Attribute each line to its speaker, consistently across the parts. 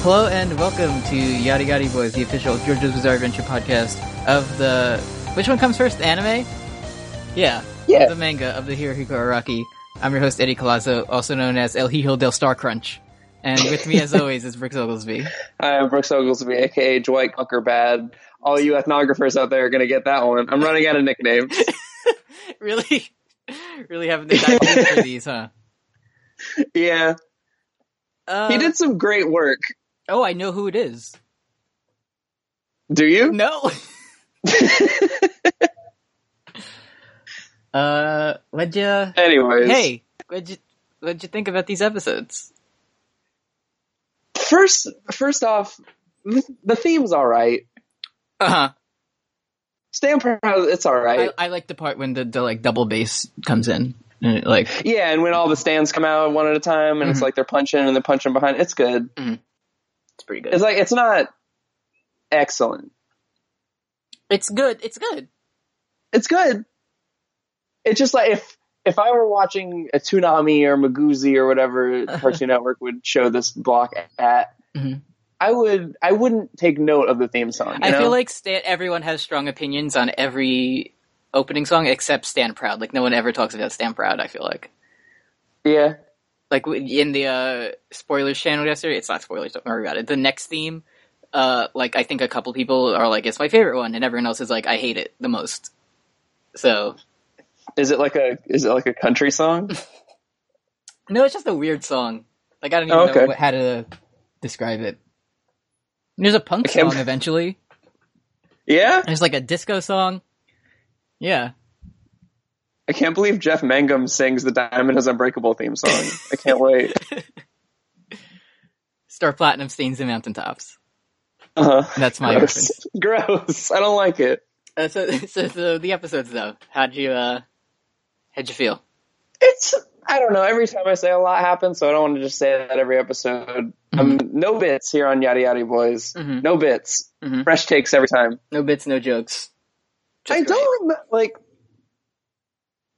Speaker 1: Hello and welcome to Yada Yada Boys, the official JoJo's Bizarre Adventure podcast of the. Which one comes first? Anime? Yeah.
Speaker 2: Yeah.
Speaker 1: The manga of the Hirohiko Araki. I'm your host, Eddie Colasso, also known as El Hijo del Star Crunch. And with me, as always, is Brooks Oglesby.
Speaker 2: Hi, I'm Brooks Oglesby, aka Dwight Cockerbad. All you ethnographers out there are going to get that one. I'm running out of nicknames.
Speaker 1: really? Really having to dive deep for these, huh?
Speaker 2: yeah,
Speaker 1: Uh,
Speaker 2: he did some great work.
Speaker 1: Oh, I know who it is.
Speaker 2: Do you?
Speaker 1: No! uh, what'd ya.
Speaker 2: Anyways,
Speaker 1: Hey! What'd you, what'd you think about these episodes?
Speaker 2: First, first off, th- the theme's all right.
Speaker 1: Uh huh.
Speaker 2: Stamp House, it's all right.
Speaker 1: I, I like the part when the, the like double bass comes in. And it, like
Speaker 2: yeah, and when all the stands come out one at a time, and it's
Speaker 1: Mhm.
Speaker 2: like they're punching and they're punching behind. It's good.
Speaker 1: it's pretty good.
Speaker 2: It's
Speaker 1: It's,
Speaker 2: like it's not excellent.
Speaker 1: good. It's good.
Speaker 2: it's good. It's just like if if I were watching a Toonami or Maguzi or whatever Cartoon Network would show this block at,
Speaker 1: Mhm.
Speaker 2: I would I wouldn't take note of the theme song. You
Speaker 1: I
Speaker 2: know?
Speaker 1: feel like Stan, everyone has strong opinions on every opening song except Stan Proud. Like no one ever talks about Stan Proud. I feel like
Speaker 2: yeah,
Speaker 1: like w- in the uh, spoilers channel yesterday. It's not spoilers. Don't worry about it. The next theme, uh, like I think a couple people are like it's my favorite one, and everyone else is like I hate it the most. So
Speaker 2: is it like a is it like a country song?
Speaker 1: No, it's just a weird song. Like I don't even
Speaker 2: Oh, okay.
Speaker 1: know what, how to describe it. There's a punk
Speaker 2: Okay.
Speaker 1: song eventually.
Speaker 2: yeah,
Speaker 1: There's like a disco song. Yeah,
Speaker 2: I can't believe Jeff Mangum sings the Diamond Is Unbreakable theme song. I can't wait.
Speaker 1: Star Platinum stains the mountaintops.
Speaker 2: Uh-huh.
Speaker 1: That's my
Speaker 2: Gross. Gross. I don't like it.
Speaker 1: Uh, so, so, so the episodes though. How'd you, uh, how'd you feel?
Speaker 2: it's I don't know. Every time I say a lot happens, so I don't want to just say that every episode.
Speaker 1: Mm-hmm.
Speaker 2: Um, no bits here on Yada Yada Boys.
Speaker 1: Mhm.
Speaker 2: No bits.
Speaker 1: Mhm.
Speaker 2: Fresh takes every time.
Speaker 1: No bits, no jokes. Just
Speaker 2: I
Speaker 1: great.
Speaker 2: don't remember like.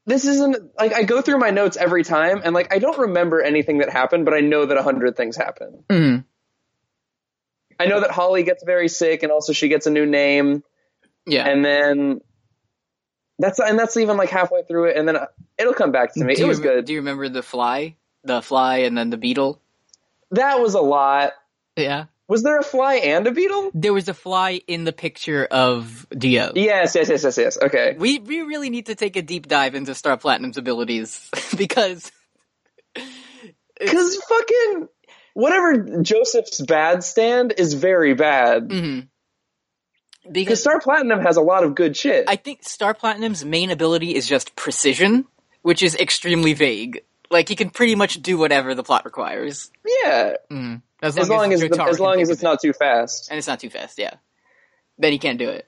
Speaker 2: This isn't like I go through my notes every time, and like I don't remember anything that happened, but I know that a hundred things happen.
Speaker 1: Mhm.
Speaker 2: I know that Holly gets very sick, and also she gets a new name,
Speaker 1: Yeah.
Speaker 2: and then that's and that's even like halfway through it, and then uh, it'll come back to me.
Speaker 1: do
Speaker 2: it was
Speaker 1: you,
Speaker 2: good.
Speaker 1: Do you remember the fly, the fly, and then the beetle?
Speaker 2: that was a lot.
Speaker 1: Yeah.
Speaker 2: Was there a fly and a beetle?
Speaker 1: There was a fly in the picture of Dio.
Speaker 2: Yes, yes, yes, yes, yes. Okay.
Speaker 1: We we really need to take a deep dive into Star Platinum's abilities because
Speaker 2: Because fucking whatever Joseph's bad stand is very bad.
Speaker 1: Mhm.
Speaker 2: Because
Speaker 1: because
Speaker 2: Star Platinum has a lot of good shit.
Speaker 1: I think Star Platinum's main ability is just precision, which is extremely vague. Like he can pretty much do whatever the plot requires.
Speaker 2: yeah,
Speaker 1: Mhm. As long
Speaker 2: as long as the,
Speaker 1: Jotaro
Speaker 2: as
Speaker 1: can
Speaker 2: long
Speaker 1: think
Speaker 2: as
Speaker 1: of
Speaker 2: it's
Speaker 1: it.
Speaker 2: not too fast.
Speaker 1: and it's not too fast, yeah. Then he can't do it.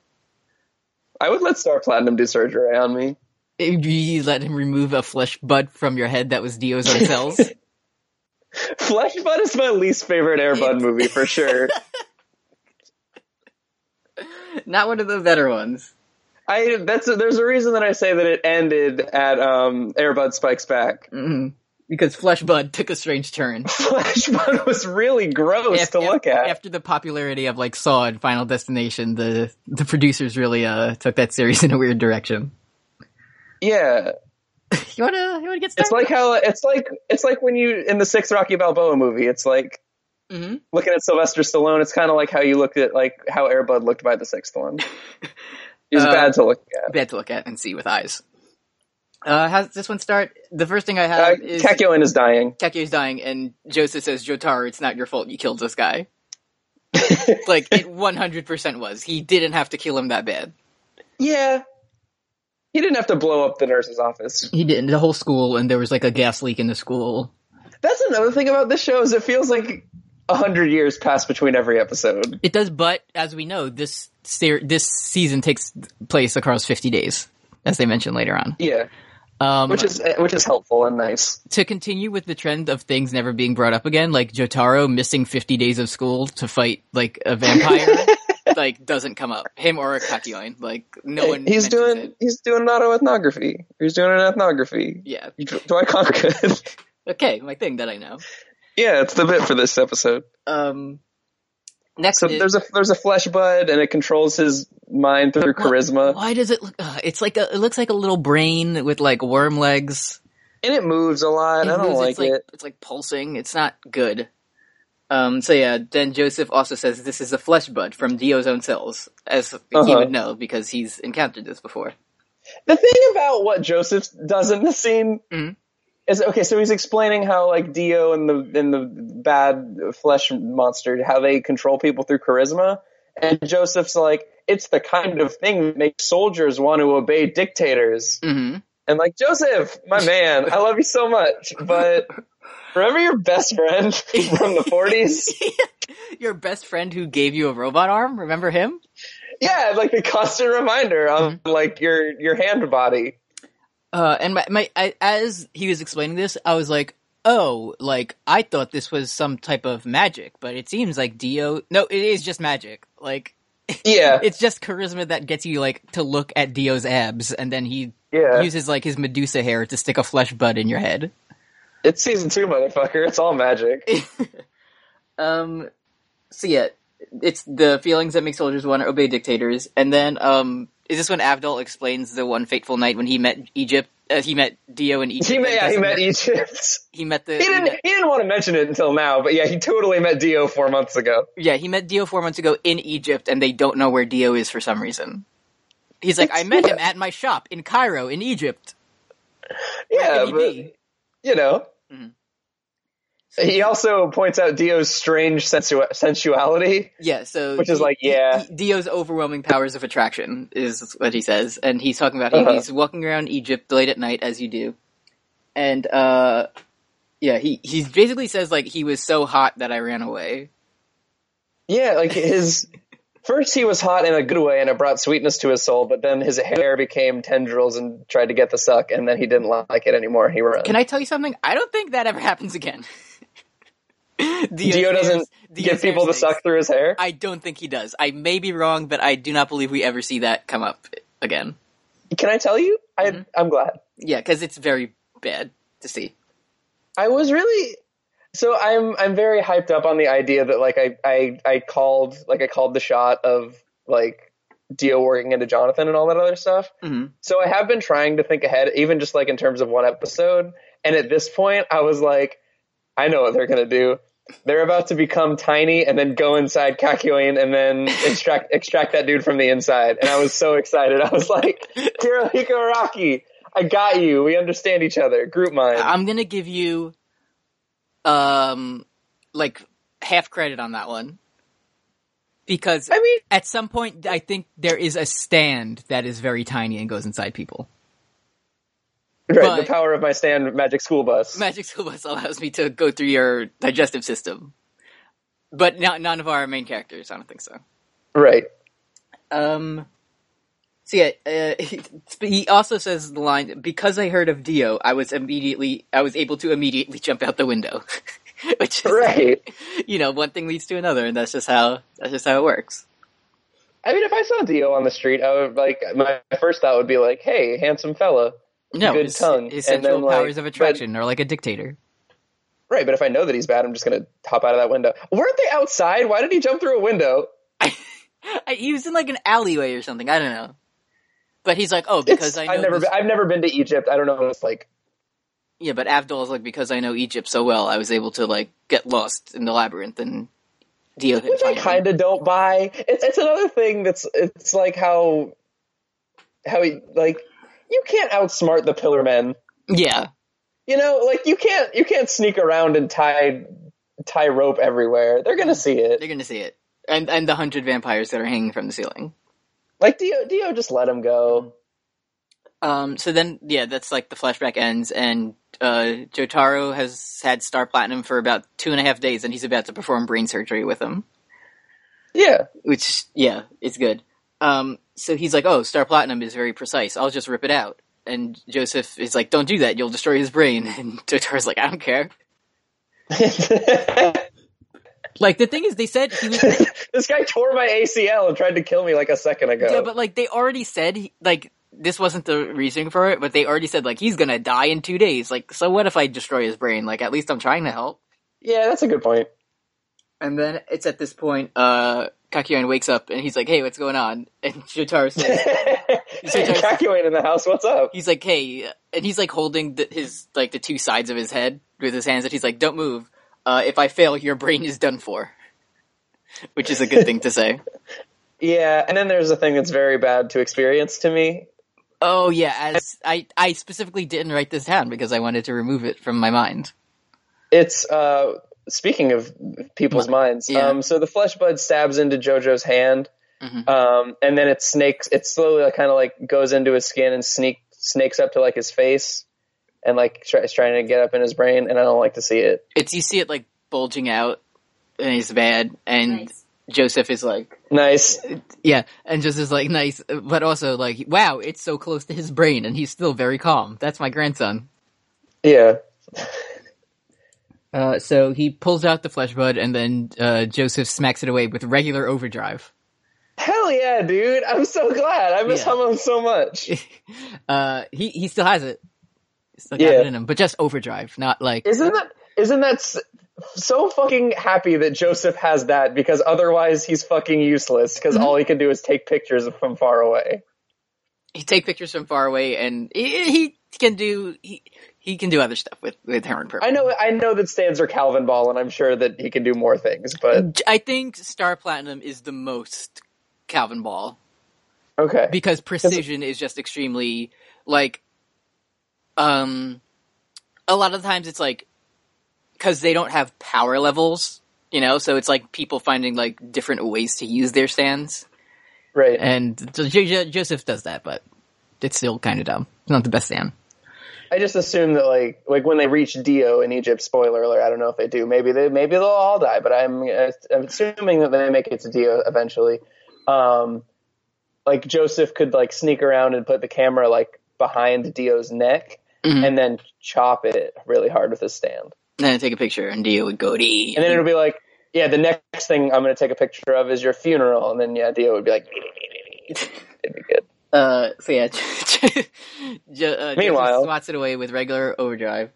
Speaker 2: I would let Star Platinum do surgery on me.
Speaker 1: If You let him remove a flesh bud from your head that was Dio's own cells.
Speaker 2: Flesh Bud is my least favorite Airbud movie for sure.
Speaker 1: not one of the better ones.
Speaker 2: I that's there's a reason that I say that it ended at um Airbud Spikes Back.
Speaker 1: Mhm. Because flesh bud took a strange turn.
Speaker 2: Flesh Bud was really gross
Speaker 1: Af-
Speaker 2: to
Speaker 1: af-
Speaker 2: look at.
Speaker 1: After the popularity of like Saw and Final Destination, the the producers really uh took that series in a weird direction.
Speaker 2: yeah.
Speaker 1: You wanna you wanna get
Speaker 2: It's
Speaker 1: started?
Speaker 2: like how it's like it's like when you in the sixth Rocky Balboa movie. It's like
Speaker 1: Mhm.
Speaker 2: looking at Sylvester Stallone. It's kind of like how you looked at like how Airbud looked by the sixth one. He's
Speaker 1: Uh,
Speaker 2: bad to look at.
Speaker 1: bad to look at and see with eyes. Uh, how does this one start? The first thing I
Speaker 2: Uh,
Speaker 1: have is
Speaker 2: Kakyoin is dying.
Speaker 1: Takio's dying, and Joseph says, "Jotaro, it's not your fault. You killed this guy." like it one hundred percent was. He didn't have to kill him that bad.
Speaker 2: Yeah, he didn't have to blow up the nurse's office.
Speaker 1: He didn't. The whole school, and there was like a gas leak in the school.
Speaker 2: That's another thing about this show is it feels like a hundred years pass between every episode.
Speaker 1: It does, but as we know, this ser- this season takes place across 50 days, as they mentioned later on.
Speaker 2: Yeah,
Speaker 1: Um,
Speaker 2: which is uh, which is helpful and nice.
Speaker 1: to continue with the trend of things never being brought up again, like Jotaro missing 50 days of school to fight like a vampire, like doesn't come up. Him or Kakyoin, like no one.
Speaker 2: he's
Speaker 1: mentions
Speaker 2: doing
Speaker 1: it.
Speaker 2: he's doing an autoethnography. He's doing an ethnography.
Speaker 1: Yeah.
Speaker 2: Do I conquer?
Speaker 1: Okay, my thing that I know.
Speaker 2: Yeah, it's the bit for this episode.
Speaker 1: Um, Next,
Speaker 2: So
Speaker 1: is-
Speaker 2: there's a there's a flesh bud, and it controls his mind through
Speaker 1: What-
Speaker 2: charisma,
Speaker 1: Why does it look? Uh, it's like a. It looks like a little brain with like worm legs.
Speaker 2: and it moves a lot.
Speaker 1: It
Speaker 2: I don't
Speaker 1: moves,
Speaker 2: like
Speaker 1: it's like
Speaker 2: it.
Speaker 1: it's like pulsing. It's not good. Um. So yeah. Then Joseph also says this is a flesh bud from Dio's own cells, as he
Speaker 2: Uh-huh.
Speaker 1: would know because he's encountered this before.
Speaker 2: The thing about what Joseph does in the scene
Speaker 1: Mhm.
Speaker 2: is okay. So he's explaining how like Dio and the and the bad flesh monster how they control people through charisma, and Joseph's like it's the kind of thing that makes soldiers want to obey dictators.
Speaker 1: hmm
Speaker 2: And like Joseph, my man, I love you so much, but remember your best friend from the forties?
Speaker 1: Your best friend who gave you a robot arm. Remember him?
Speaker 2: Yeah, like the constant reminder of like your your hand body.
Speaker 1: Uh, and my, my I, as he was explaining this, I was like, "Oh, like I thought this was some type of magic, but it seems like Dio. No, it is just magic. Like
Speaker 2: Yeah,
Speaker 1: it's just charisma that gets you like to look at Dio's abs, and then he
Speaker 2: yeah.
Speaker 1: uses like his Medusa hair to stick a flesh bud in your head.
Speaker 2: It's season two, motherfucker. It's all magic.
Speaker 1: um, so yeah, it's the feelings that make soldiers want to obey dictators, and then um, is this when Avdol explains the one fateful night when he met Egypt? Uh, he met Dio in Egypt.
Speaker 2: He met,
Speaker 1: and
Speaker 2: yeah, he
Speaker 1: Dustin-
Speaker 2: met Egypt.
Speaker 1: He met the
Speaker 2: He didn't. He didn't want to mention it until now, but yeah, he totally met Dio four months ago.
Speaker 1: Yeah, he met Dio four months ago in Egypt, and they don't know where Dio is for some reason. He's like, I met him at my shop in Cairo, in Egypt.
Speaker 2: Yeah,
Speaker 1: Could he
Speaker 2: but
Speaker 1: be?
Speaker 2: you know,
Speaker 1: Mhm.
Speaker 2: he also points out Dio's strange sensu- sensuality.
Speaker 1: Yeah, so
Speaker 2: Which is like, yeah.
Speaker 1: Dio's overwhelming powers of attraction is what he says, and he's talking about
Speaker 2: Uh-huh.
Speaker 1: he's walking around Egypt late at night as you do, and uh, yeah, he he basically says like he was so hot that I ran away.
Speaker 2: Yeah, like his first he was hot in a good way and it brought sweetness to his soul, but then his hair became tendrils and tried to get the suck, and then he didn't like it anymore. He ran.
Speaker 1: Can I tell you something? I don't think that ever happens again. Dio,
Speaker 2: Dio doesn't give people the suck through his hair?
Speaker 1: I don't think he does. I may be wrong, but I do not believe we ever see that come up again.
Speaker 2: Can I tell you? I
Speaker 1: Mm-hmm.
Speaker 2: I'm glad.
Speaker 1: Yeah, because it's very bad to see.
Speaker 2: I was really so I'm I'm very hyped up on the idea that like I I, I called like I called the shot of like Dio working into Jonathan and all that other stuff.
Speaker 1: hmm
Speaker 2: So I have been trying to think ahead, even just like in terms of one episode. And at this point, I was like, I know what they're gonna do. They're about to become tiny and then go inside Kakyoin and then extract extract that dude from the inside. And I was so excited. I was like, Hirohiko Araki, I got you. We understand each other. Group mind.
Speaker 1: I'm gonna give you, um, like half credit on that one because
Speaker 2: I mean,
Speaker 1: at some point I think there is a stand that is very tiny and goes inside people.
Speaker 2: right,
Speaker 1: but-
Speaker 2: the power of my stand magic school bus.
Speaker 1: Magic school bus allows me to go through your digestive system, but not none of our main characters. I don't think so.
Speaker 2: right.
Speaker 1: Um. So yeah, uh, he, he also says the line because I heard of Dio, I was immediately I was able to immediately jump out the window, which is
Speaker 2: Right.
Speaker 1: you know one thing leads to another, and that's just how that's just how it works.
Speaker 2: I mean if I saw Dio on the street, I would like my first thought would be like, Hey, handsome fella.
Speaker 1: No,
Speaker 2: Good
Speaker 1: his,
Speaker 2: tongue.
Speaker 1: his
Speaker 2: And
Speaker 1: sensual
Speaker 2: then, like,
Speaker 1: powers of attraction are like a dictator.
Speaker 2: Right, but if I know that he's bad, I'm just gonna hop out of that window. Weren't they outside? Why did he jump through a window?
Speaker 1: I, he was in like an alleyway or something. I don't know, but he's like, oh, because
Speaker 2: It's-
Speaker 1: I know.
Speaker 2: I've never,
Speaker 1: this-
Speaker 2: been, I've never been to Egypt. I don't know what it's like.
Speaker 1: yeah, but Abdul's like because I know Egypt so well, I was able to like get lost in the labyrinth and Dio.
Speaker 2: Which I kind of don't buy. It's, it's another thing that's it's like how how he like you can't outsmart the Pillar Men.
Speaker 1: Yeah.
Speaker 2: You know, like you can't you can't sneak around and tie tie rope everywhere. They're gonna see it.
Speaker 1: They're gonna see it, and and the hundred vampires that are hanging from the ceiling.
Speaker 2: Like Dio, Dio just let him go.
Speaker 1: Um. So then, yeah, that's like the flashback ends, and uh, Jotaro has had Star Platinum for about two and a half days, and he's about to perform brain surgery with him,
Speaker 2: Yeah,
Speaker 1: which yeah, it's good. Um. So he's like, "Oh, Star Platinum is very precise. I'll just rip it out." And Joseph is like, "Don't do that. You'll destroy his brain." And Jotaro's like, "I don't care."
Speaker 2: this
Speaker 1: Like the thing is, they said he was.
Speaker 2: guy tore my ACL and tried to kill me like a second ago.
Speaker 1: Yeah, but like they already said, he- like this wasn't the reasoning for it, but they already said like he's gonna die in two days. Like, so what if I destroy his brain? Like, at least I'm trying to help.
Speaker 2: yeah, that's a good point.
Speaker 1: And then it's at this point, uh, Kakyoin wakes up and he's like, "Hey, what's going on?" And Jotaro says,
Speaker 2: hey, Kakyoin in the house. What's up?
Speaker 1: "He's like, hey," and he's like holding the, his like the two sides of his head with his hands, and he's like, "Don't move. Uh, if I fail, your brain is done for." Which is a good thing to say.
Speaker 2: Yeah, and then there's a thing that's very bad to experience to me.
Speaker 1: Oh yeah, as I I specifically didn't write this down because I wanted to remove it from my mind.
Speaker 2: It's uh, speaking of people's minds.
Speaker 1: yeah.
Speaker 2: Um, so the flesh bud stabs into Jojo's hand,
Speaker 1: Mhm.
Speaker 2: um, and then it snakes. It slowly kind of like goes into his skin and sneak snakes up to like his face, and like try, is trying to get up in his brain. And I don't like to see it.
Speaker 1: It's you see it like bulging out, and it's bad. And
Speaker 3: Nice.
Speaker 1: Joseph is like,
Speaker 2: Nice.
Speaker 1: yeah, and Joseph's like, nice, but also like, wow, it's so close to his brain, and he's still very calm. That's my grandson.
Speaker 2: Yeah.
Speaker 1: Uh, so he pulls out the flesh bud, and then uh, Joseph smacks it away with regular overdrive.
Speaker 2: Hell yeah, dude! I'm so glad. I miss
Speaker 1: Yeah.
Speaker 2: Hamon so much.
Speaker 1: Uh, he he still has it, still got
Speaker 2: Yeah.
Speaker 1: it in him, but just overdrive, not like
Speaker 2: Isn't that isn't that s- so fucking happy that Joseph has that because otherwise he's fucking useless because all he can do is take pictures from far away.
Speaker 1: he take pictures from far away, and he, he can do he, he can do other stuff with with Heron Purple.
Speaker 2: I know I know that stands are Calvin Ball and I'm sure that he can do more things, but
Speaker 1: I think Star Platinum is the most Calvin Ball
Speaker 2: okay.
Speaker 1: because precision is just extremely like um a lot of the times it's like cuz they don't have power levels, you know, so it's like people finding like different ways to use their stands.
Speaker 2: Right.
Speaker 1: And so Jo- Jo- Joseph does that, but it's still kind of dumb. It's not the best stand.
Speaker 2: I just assume that like like when they reach Dio in Egypt, spoiler alert, I don't know if they do. Maybe they maybe they'll all die, but I'm, uh, I'm assuming that they make it to Dio eventually. Um like Joseph could like sneak around and put the camera like behind Dio's neck
Speaker 1: Mhm.
Speaker 2: and then chop it really hard with his stand.
Speaker 1: And then I take a picture and Dio would go to
Speaker 2: And then it'll be like, yeah, the next thing I'm going to take a picture of is your funeral. And then, yeah, Dio would be like, it'd be good.
Speaker 1: uh so yeah jo- uh,
Speaker 2: Meanwhile-
Speaker 1: Joseph swats it away with regular overdrive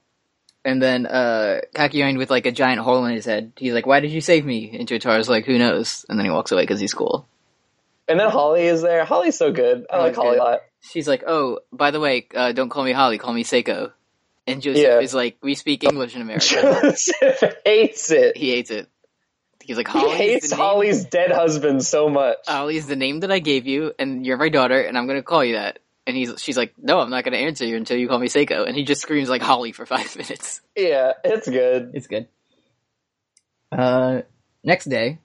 Speaker 1: and then uh Kakyoin with like a giant hole in his head he's like why did you save me and Jotaro's like who knows and then he walks away because he's cool
Speaker 2: And then Holly is there. Holly's so good. I like
Speaker 1: Holly's
Speaker 2: Holly
Speaker 1: good.
Speaker 2: a lot.
Speaker 1: she's like oh by the way uh, don't call me Holly call me Seiko and Joseph
Speaker 2: Yeah.
Speaker 1: is like we speak English in America
Speaker 2: Joseph hates it.
Speaker 1: he hates it he's like
Speaker 2: He
Speaker 1: Holly
Speaker 2: hates
Speaker 1: is the name-
Speaker 2: Holly's dead husband so much.
Speaker 1: Holly is the name that I gave you and you're my daughter and I'm gonna call you that and he's she's like no I'm not gonna answer you until you call me Seiko and he just screams like Holly for five minutes
Speaker 2: yeah, it's good.
Speaker 1: It's good. Uh, next day.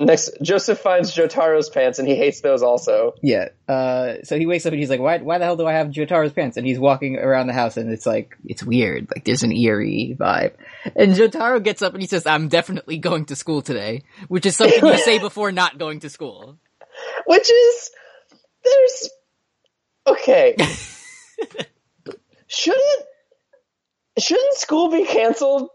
Speaker 2: Next, Joseph finds Jotaro's pants and he hates those also.
Speaker 1: Yeah. Uh, so he wakes up and he's like, "Why? Why the hell do I have Jotaro's pants?" And he's walking around the house and it's like, it's weird. Like there's an eerie vibe. And Jotaro gets up and he says, "I'm definitely going to school today," which is something you say before not going to school.
Speaker 2: Which is there's okay. shouldn't shouldn't school be canceled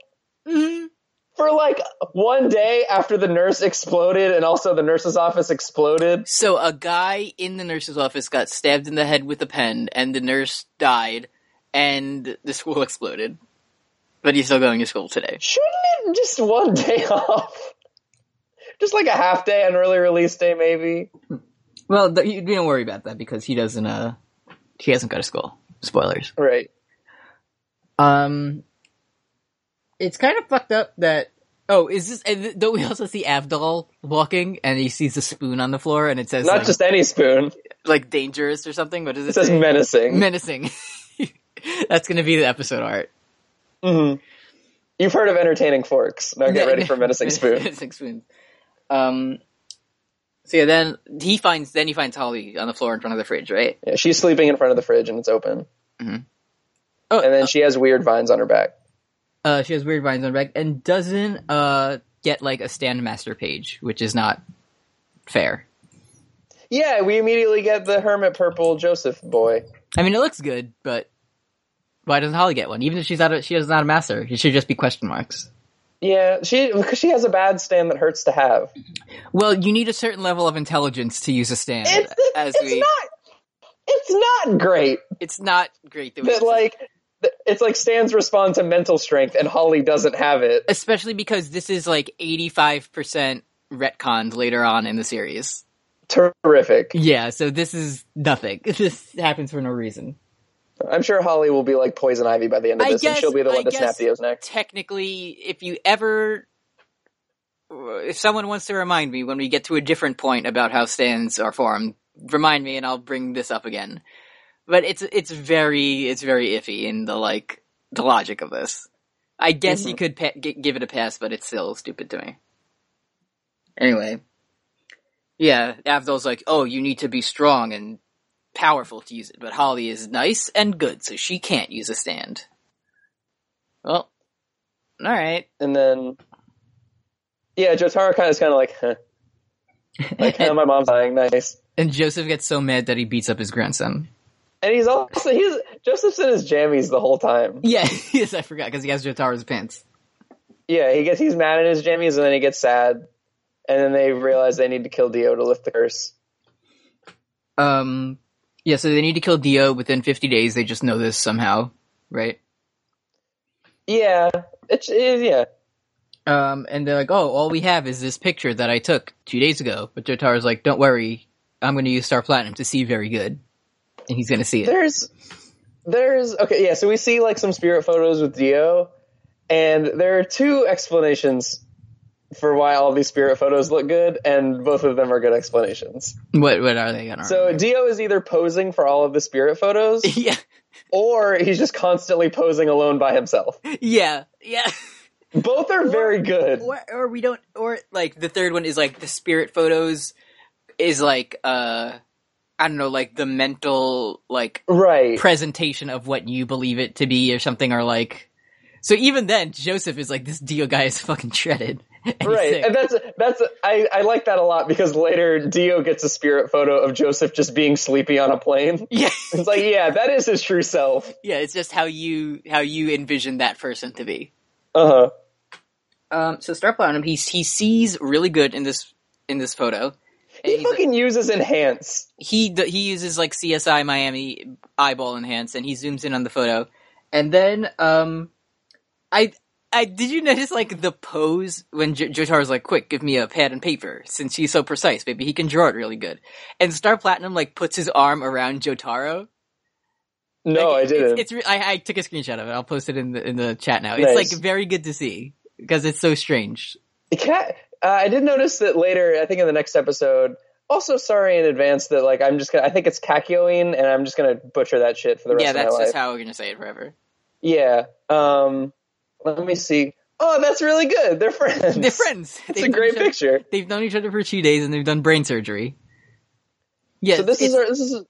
Speaker 2: for like one day after the nurse exploded and also the nurse's office exploded?
Speaker 1: So a guy in the nurse's office got stabbed in the head with a pen, and the nurse died, and the school exploded. But he's still going to school today.
Speaker 2: Shouldn't it just one day off? Just like a half day on early release day, maybe.
Speaker 1: Well, th- you you don't worry about that because he doesn't. Uh, he hasn't go to school. Spoilers.
Speaker 2: Right.
Speaker 1: Um, it's kind of fucked up that. Oh, is this? And th- don't we also see Avdol walking and he sees a spoon on the floor and it says
Speaker 2: Not
Speaker 1: like,
Speaker 2: just any spoon.
Speaker 1: like dangerous or something? What does
Speaker 2: It
Speaker 1: it
Speaker 2: says
Speaker 1: say?
Speaker 2: menacing.
Speaker 1: Menacing. That's gonna be the episode art.
Speaker 2: Mhm. You've heard of entertaining forks. Now get
Speaker 1: Yeah,
Speaker 2: ready for menacing spoon.
Speaker 1: menacing spoon. Um. So yeah, then he finds then he finds Holly on the floor in front of the fridge, right?
Speaker 2: Yeah, she's sleeping in front of the fridge and it's open.
Speaker 1: Oh,
Speaker 2: And then she has weird vines on her back.
Speaker 1: uh, she has weird vines on her back and doesn't uh get like a stand master page, which is not fair.
Speaker 2: Yeah, we immediately get the hermit purple Joseph boy.
Speaker 1: I mean, it looks good, but why doesn't Holly get one? Even if she's not, a, she is not a master. It should just be question marks.
Speaker 2: Yeah, she because she has a bad stand that hurts to have.
Speaker 1: Well, you need a certain level of intelligence to use a stand.
Speaker 2: It's,
Speaker 1: as
Speaker 2: it's
Speaker 1: we,
Speaker 2: not. It's not great
Speaker 1: it's not great that we
Speaker 2: that like it's like Stan's responds to mental strength, and Holly doesn't have it.
Speaker 1: especially because this is like 85% retconned later on in the series.
Speaker 2: Terrific.
Speaker 1: Yeah, so this is nothing. This happens for no reason.
Speaker 2: I'm sure Holly will be like poison ivy by the end of
Speaker 1: I
Speaker 2: this, and
Speaker 1: guess-
Speaker 2: she'll be the
Speaker 1: I
Speaker 2: one to snap
Speaker 1: guess-
Speaker 2: Theo's neck.
Speaker 1: Technically, if you ever. If someone wants to remind me when we get to a different point about how stands are formed, remind me and I'll bring this up again. But it's it's very it's very iffy in the like the logic of this. I guess you could pa- gi- give it a pass, but it's still stupid to me. Anyway, yeah, Avdol's like, oh, you need to be strong and powerful to use it, but Holly is nice and good, so she can't use a stand. Well, all right.
Speaker 2: And then, yeah, Jotaro kind of is kind of like, huh. like, huh, my mom's dying, nice.
Speaker 1: And Joseph gets so mad that he beats up his grandson.
Speaker 2: And he's also he's Joseph's in his jammies the whole time.
Speaker 1: Yeah, yes, I forgot because he has Jotaro's pants.
Speaker 2: Yeah, he gets he's mad in his jammies, and then he gets sad, and then they realize they need to kill Dio to lift the curse.
Speaker 1: Um, yeah. So they need to kill Dio within fifty days. They just know this somehow, right?
Speaker 2: Yeah, it's it, yeah.
Speaker 1: Um, and they're like, "Oh, all we have is this picture that I took two days ago." But Jotaro's like, "Don't worry, I'm going to use Star Platinum to see very good, and he's going to see it."
Speaker 2: There's there's okay, yeah, so we see like some spirit photos with Dio and there are two explanations for why all these spirit photos look good and both of them are good explanations.
Speaker 1: What? What are they going to?
Speaker 2: So Dio is either posing for all of the spirit photos
Speaker 1: yeah,
Speaker 2: or he's just constantly posing alone by himself.
Speaker 1: yeah, yeah.
Speaker 2: Both are very good.
Speaker 1: or or we don't or like the third one is like the spirit photos is like uh i don't know like the mental like
Speaker 2: Right.
Speaker 1: presentation of what you believe it to be or something or like so even then joseph is like this dio guy is fucking shredded And he's
Speaker 2: Right,
Speaker 1: sick.
Speaker 2: and that's that's I, I like that a lot because later Dio gets a spirit photo of Joseph just being sleepy on a plane.
Speaker 1: yeah
Speaker 2: It's like, yeah, that is his true self.
Speaker 1: yeah it's just how you how you envision that person to be
Speaker 2: Uh huh.
Speaker 1: um so star platinum he he sees really good in this in this photo And
Speaker 2: He
Speaker 1: he's like-
Speaker 2: fucking uses enhance.
Speaker 1: he d- he uses like CSI Miami eyeball enhance, and he zooms in on the photo, and then um, I I did you notice like the pose when J- Jotaro's like, "Quick, give me a pad and paper," since he's so precise, maybe he can draw it really good. And Star Platinum like puts his arm around Jotaro.
Speaker 2: No,
Speaker 1: Like,
Speaker 2: I didn't.
Speaker 1: It's, it's re- I, I took a screenshot of it. I'll post it in the in the chat now.
Speaker 2: Nice.
Speaker 1: It's like very good to see because it's so strange.
Speaker 2: Cat, uh, I did notice that later. I think in the next episode. Also, sorry in advance that like I'm just gonna. I think it's Kakyoin, and I'm just gonna butcher that shit for the rest
Speaker 1: Yeah,
Speaker 2: of my
Speaker 1: that's
Speaker 2: life.
Speaker 1: just how we're gonna say it forever.
Speaker 2: yeah. Um. Let me see. Oh, that's really good. They're friends.
Speaker 1: They're friends.
Speaker 2: It's
Speaker 1: They've
Speaker 2: a
Speaker 1: known
Speaker 2: great
Speaker 1: each other-
Speaker 2: picture.
Speaker 1: they've known each other for two days and they've done brain surgery. Yeah,
Speaker 2: So this
Speaker 1: it's,
Speaker 2: is our. This is.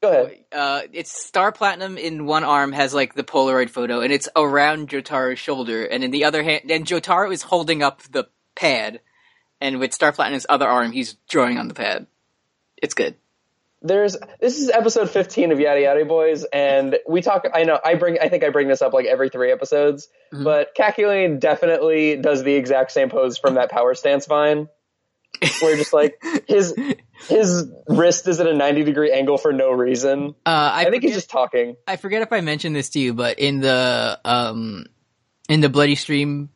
Speaker 2: Go ahead.
Speaker 1: uh, it's Star Platinum in one arm has like the Polaroid photo, and it's around Jotaro's shoulder, and in the other hand, and Jotaro is holding up the pad, and with Star Platinum's other arm, he's drawing on the pad. It's good.
Speaker 2: there's this is episode 15 of yada yada boys and we talk i know i bring i think i bring this up like every three episodes
Speaker 1: Mm-hmm.
Speaker 2: but Kakyoin definitely does the exact same pose from that power stance vine where just like his his wrist is at a 90 degree angle for no reason
Speaker 1: Uh, I,
Speaker 2: i, think he's
Speaker 1: forget-
Speaker 2: just talking
Speaker 1: I forget if I mentioned this to you, but in the um in the Bloody Stream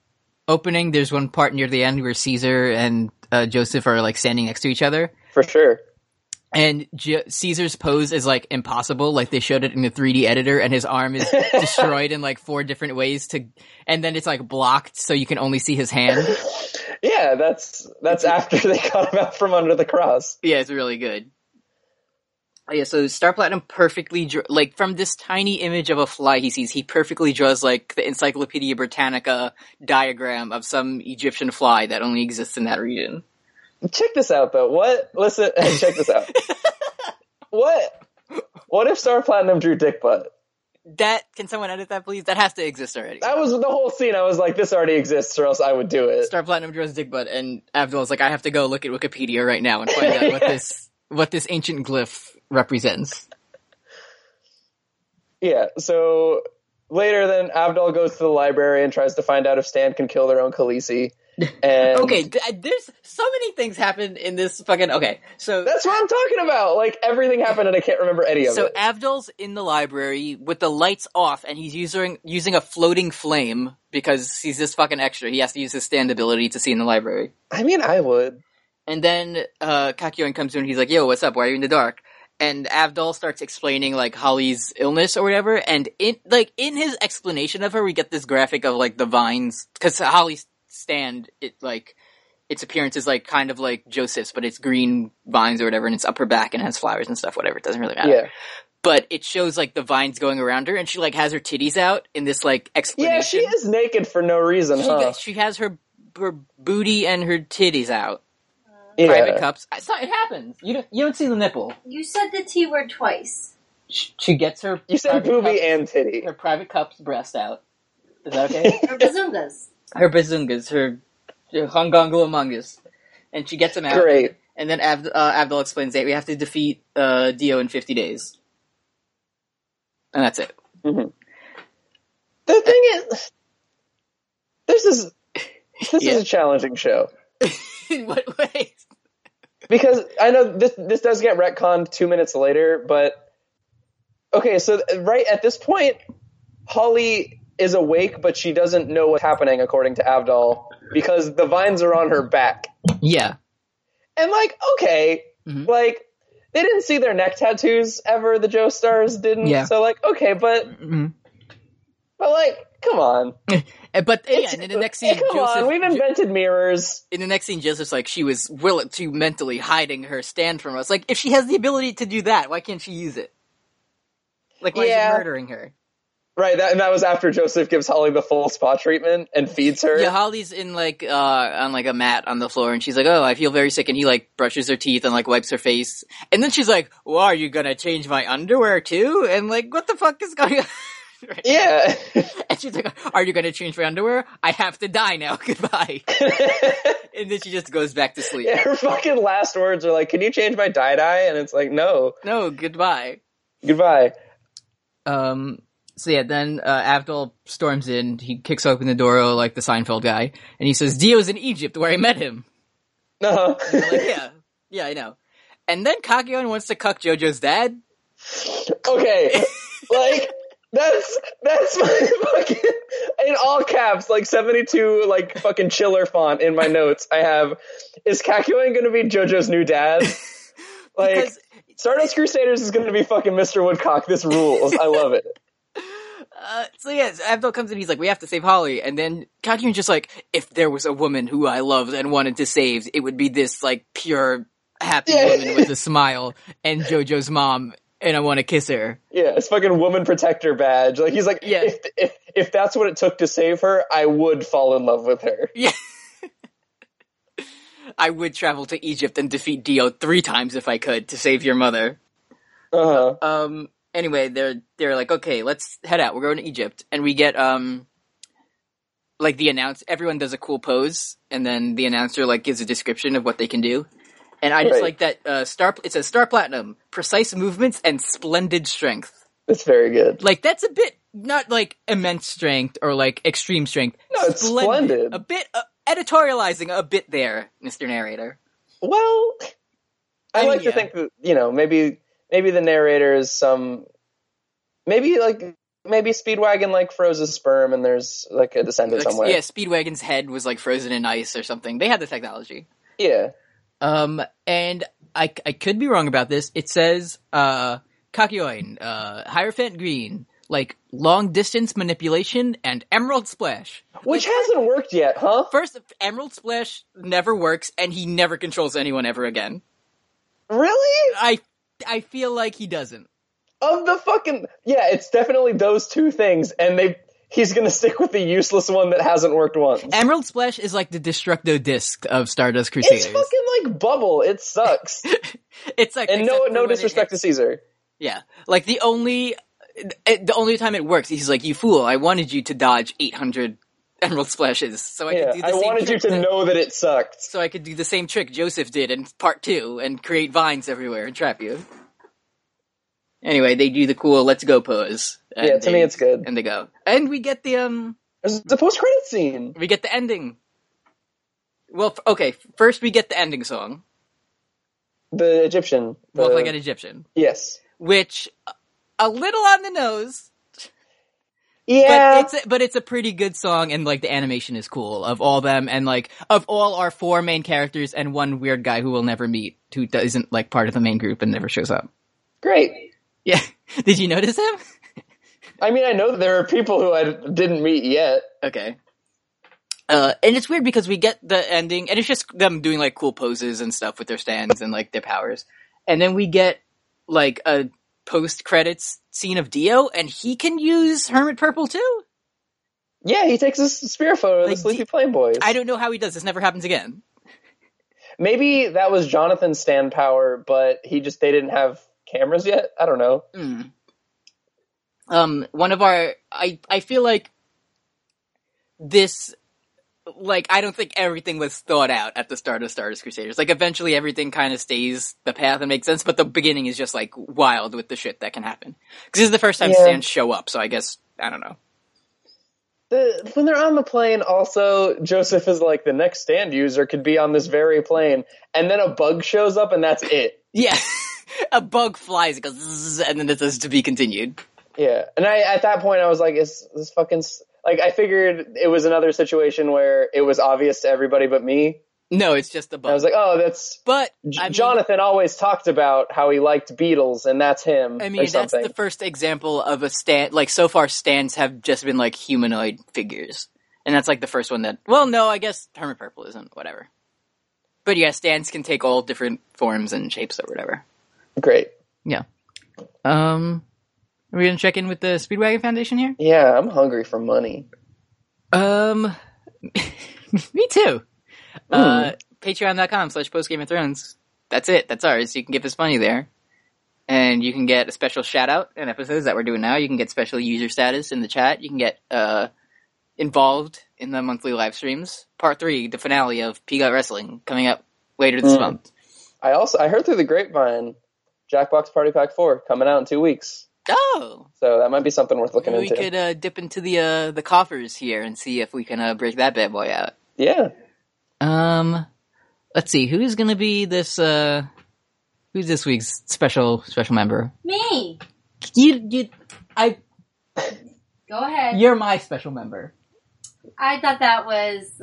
Speaker 1: opening, there's one part near the end where Caesar and uh, Joseph are like standing next to each other,
Speaker 2: for sure
Speaker 1: and J- Caesar's pose is like impossible. Like they showed it in the 3D editor, and his arm is destroyed in like four different ways. To and then it's like blocked, so you can only see his hand.
Speaker 2: yeah that's that's after they got him out from under the cross
Speaker 1: yeah, it's really good. Oh, yeah, so Star Platinum perfectly dr- like from this tiny image of a fly he sees, he perfectly draws like the Encyclopedia Britannica diagram of some Egyptian fly that only exists in that region.
Speaker 2: check this out though what listen check this out what what if star platinum drew dick butt
Speaker 1: That can someone edit that, please? That has to exist already.
Speaker 2: That was the whole scene. I was like, this already exists, or else I would do it.
Speaker 1: Star Platinum draws Dick Butt, and Abdul's like, I have to go look at Wikipedia right now and find out what this what this ancient glyph represents.
Speaker 2: Yeah. So later, then Abdul goes to the library and tries to find out if Stan can kill their own Khaleesi. And
Speaker 1: Okay, d- there's so many things happened in this fucking. Okay, so
Speaker 2: That's what I'm talking about. Like everything happened, and I can't remember any of
Speaker 1: so
Speaker 2: it.
Speaker 1: Avdol's in the library with the lights off, and he's using using a floating flame because he's this fucking extra. He has to use his stand ability to see in the library.
Speaker 2: I mean, I would.
Speaker 1: And then uh, Kakyoin comes in. and He's like, "Yo, what's up? Why are you in the dark?" And Avdol starts explaining like Holly's illness or whatever. And in like in his explanation of her, we get this graphic of like the vines because Holly's stand it like its appearance is like kind of like Joseph's, but it's green vines or whatever, and it's upper back and has flowers and stuff. Whatever, it doesn't really matter.
Speaker 2: Yeah,
Speaker 1: But it shows like the vines going around her, and she like has her titties out in this like explanation.
Speaker 2: yeah. She is naked for no reason,
Speaker 1: She,
Speaker 2: huh?
Speaker 1: got- she has her her booty and her titties out
Speaker 2: yeah.
Speaker 1: private cups. I saw it happens. You don't, you don't see the nipple.
Speaker 3: You said the T word twice.
Speaker 1: She, she gets her
Speaker 2: You said
Speaker 1: private
Speaker 2: booby
Speaker 1: cups-
Speaker 2: and titty.
Speaker 1: her private cups breast out. Is that okay?
Speaker 3: Or bazungas.
Speaker 1: her bazungas, her, her hungongle amongus, and she gets them out.
Speaker 2: Great.
Speaker 1: And then Ab, uh, Abdul explains that we have to defeat uh, Dio in fifty days, and that's it.
Speaker 2: The thing is, this is this
Speaker 1: Yeah.
Speaker 2: is a challenging show
Speaker 1: In what way?
Speaker 2: because I know this this does get retconned two minutes later, but okay. So th- right at this point, Holly is awake, but she doesn't know what's happening according to Avdol because the vines are on her back.
Speaker 1: Yeah,
Speaker 2: And like, okay,
Speaker 1: Mhm.
Speaker 2: like they didn't see their neck tattoos ever. The Joe Stars didn't.
Speaker 1: Yeah.
Speaker 2: So like, okay, but
Speaker 1: Mhm.
Speaker 2: but like, come on.
Speaker 1: And- Eh, but yeah, and in the next scene,
Speaker 2: Hey, come
Speaker 1: Joseph,
Speaker 2: on. We've invented mirrors.
Speaker 1: in the next scene, Joseph's like she was will to mentally hiding her stand from us. Like if she has the ability to do that, why can't she use it? Like why
Speaker 2: Yeah.
Speaker 1: is he murdering her?
Speaker 2: Right. That, and that was after Joseph gives Holly the full spa treatment and feeds her.
Speaker 1: Yeah, Holly's in like uh on like a mat on the floor, and she's like, "Oh, I feel very sick," and he like brushes her teeth and like wipes her face, and then she's like, "Well, are you gonna change my underwear too?" And like, what the fuck is going on? Right.
Speaker 2: Yeah.
Speaker 1: And she's like, "Are you gonna change my underwear? I have to die now. Goodbye." and then she just goes back to sleep.
Speaker 2: Yeah, Her fucking last words are like, "Can you change my dye dye?" And it's like, "No,
Speaker 1: No, goodbye.
Speaker 2: goodbye."
Speaker 1: Um. So yeah, then uh, Abdul storms in. He kicks open the door oh, like the Seinfeld guy, and he says, "Dio's in Egypt, where I met him."
Speaker 2: No.
Speaker 1: And they're like, yeah, yeah, I know. And then Kageon wants to cuck JoJo's dad.
Speaker 2: okay, like that's that's my fucking in all caps, like seventy two, like fucking chiller font in my notes. I have is Kakyoin going to be JoJo's new dad? Like
Speaker 1: Because
Speaker 2: Stardust Crusaders is going to be fucking Mister Woodcock. This rules. I love it.
Speaker 1: uh, so yes, Abdul comes in. He's like, "We have to save Holly." And then Kageon just like, "If there was a woman who I loved and wanted to save, it would be this like pure happy
Speaker 2: Yeah.
Speaker 1: woman with a smile and JoJo's mom, and I want to kiss her."
Speaker 2: Yeah, his fucking woman protector badge. Like he's like,
Speaker 1: Yeah.
Speaker 2: if, if if that's what it took to save her, I would fall in love with her.
Speaker 1: I would travel to Egypt and defeat Dio three times if I could to save your mother.
Speaker 2: Uh huh.
Speaker 1: um anyway they're they're like okay let's head out we're going to egypt and we get um like the announce everyone does a cool pose and then the announcer like gives a description of what they can do and i just
Speaker 2: Right.
Speaker 1: like that uh star it says star platinum precise movements and splendid strength
Speaker 2: It's very good.
Speaker 1: like that's a bit not like immense strength or like extreme strength
Speaker 2: No, it's splendid.
Speaker 1: a bit uh, editorializing a bit there mr narrator
Speaker 2: Well, I,
Speaker 1: I mean,
Speaker 2: like
Speaker 1: yeah.
Speaker 2: to think that you know maybe maybe the narrator is some maybe like maybe Speedwagon like froze his sperm and there's like a descendant
Speaker 1: Like,
Speaker 2: somewhere.
Speaker 1: yeah speedwagon's head was like frozen in ice or something they had the technology
Speaker 2: Yeah.
Speaker 1: Um, and I, I could be wrong about this. It says, uh, Kakyoin, uh, Hierophant Green, like long distance manipulation and Emerald Splash.
Speaker 2: Which hasn't worked yet, huh?
Speaker 1: First, Emerald Splash never works and he never controls anyone ever again.
Speaker 2: Really?
Speaker 1: I, I feel like he doesn't.
Speaker 2: Of the fucking yeah, it's definitely those two things, and they he's gonna stick with the useless one that hasn't worked once.
Speaker 1: Emerald Splash is like the Destructo Disc of Stardust
Speaker 2: It's
Speaker 1: Crusaders.
Speaker 2: fucking like bubble. It sucks.
Speaker 1: It's like,
Speaker 2: and
Speaker 1: except
Speaker 2: no,
Speaker 1: for
Speaker 2: no
Speaker 1: when it
Speaker 2: disrespect to Caesar.
Speaker 1: Yeah, like the only it- the only time it works, he's like, "You fool! I wanted you to dodge eight hundred emerald splashes, so I
Speaker 2: Yeah,
Speaker 1: could do the
Speaker 2: I
Speaker 1: same
Speaker 2: wanted you
Speaker 1: trick
Speaker 2: to
Speaker 1: that-
Speaker 2: know that it sucked.
Speaker 1: so I could do the same trick Joseph did in part two and create vines everywhere and trap you." Anyway, they do the cool "Let's go" pose. and
Speaker 2: Yeah, to
Speaker 1: they-
Speaker 2: me it's good.
Speaker 1: and they go, and we get the um,
Speaker 2: There's the post credit scene.
Speaker 1: we get the ending. Well, f- okay. f- First, we get the ending song,
Speaker 2: The Egyptian. The,
Speaker 1: "Walk Like an Egyptian,"
Speaker 2: yes.
Speaker 1: which uh, a little on the nose,
Speaker 2: Yeah.
Speaker 1: but it's a, but it's a pretty good song, and like the animation is cool of all them, and like of all our four main characters and one weird guy who we'll never meet who isn't like part of the main group and never shows up.
Speaker 2: Great.
Speaker 1: Yeah, did you notice him?
Speaker 2: I mean, I know that there are people who I didn't meet yet.
Speaker 1: Okay. Uh, and it's weird because we get the ending, and it's just them doing like cool poses and stuff with their stands and like their powers, and then we get like a post credits scene of Dio, and he can use Hermit Purple too.
Speaker 2: Yeah, he takes his spear photo of
Speaker 1: Like,
Speaker 2: the Sleepy
Speaker 1: d-
Speaker 2: Plain Boys.
Speaker 1: I don't know how he does this; never happens again.
Speaker 2: Maybe that was Jonathan's stand power, but he just they didn't have cameras yet. I don't know.
Speaker 1: Mm. Um, one of our, I I feel like this, like I don't think everything was thought out at the start of Stardust Crusaders. Like eventually everything kind of stays the path and makes sense, but the beginning is just like wild with the shit that can happen. Because this is the first time
Speaker 2: Yeah.
Speaker 1: stands show up, so I guess I don't know.
Speaker 2: The, when they're on the plane, also Joseph is like the next stand user could be on this very plane, and then a bug shows up, and that's it.
Speaker 1: Yeah, a bug flies, it goes, "Zzz," and then it says to be continued.
Speaker 2: Yeah, and I at that point I was like, "Is this fucking s-" like?" I figured it was another situation where it was obvious to everybody but me.
Speaker 1: No, it's just a
Speaker 2: And I
Speaker 1: bug.
Speaker 2: was like, "Oh, that's
Speaker 1: but
Speaker 2: J-
Speaker 1: I mean-
Speaker 2: Jonathan." Always talked about how he liked Beatles, and that's him
Speaker 1: I
Speaker 2: or
Speaker 1: mean, that's
Speaker 2: something.
Speaker 1: the first example of a stand. Like so far, stands have just been like humanoid figures, and that's like the first one that. Well, no, I guess Hermit Purple isn't whatever. But yeah, stands can take all different forms and shapes or whatever.
Speaker 2: Great.
Speaker 1: Yeah. Um, are we gonna check in with the Speedwagon Foundation here?
Speaker 2: Yeah, I'm hungry for money.
Speaker 1: Um, me too. Uh, Patreon.com slash postgame of thrones. That's it. That's ours. You can give us money there. And you can get a special shout out in episodes that we're doing now. You can get special user status in the chat. You can get, uh, involved in the monthly live streams. Part three, the finale of Peacock Wrestling coming up later this
Speaker 2: Mm.
Speaker 1: month.
Speaker 2: I also I heard through the grapevine, Jackbox Party Pack Four coming out in two weeks,
Speaker 1: Oh!
Speaker 2: so that might be something worth looking
Speaker 1: Maybe we
Speaker 2: into.
Speaker 1: could, uh, dip into the, uh, the coffers here and see if we can, uh, break that bad boy out.
Speaker 2: Yeah,
Speaker 1: Um, let's see who's gonna be this. uh Who's this week's special special member?
Speaker 3: Me.
Speaker 1: You, you, I.
Speaker 3: Go ahead.
Speaker 1: You're my special member.
Speaker 3: I thought that was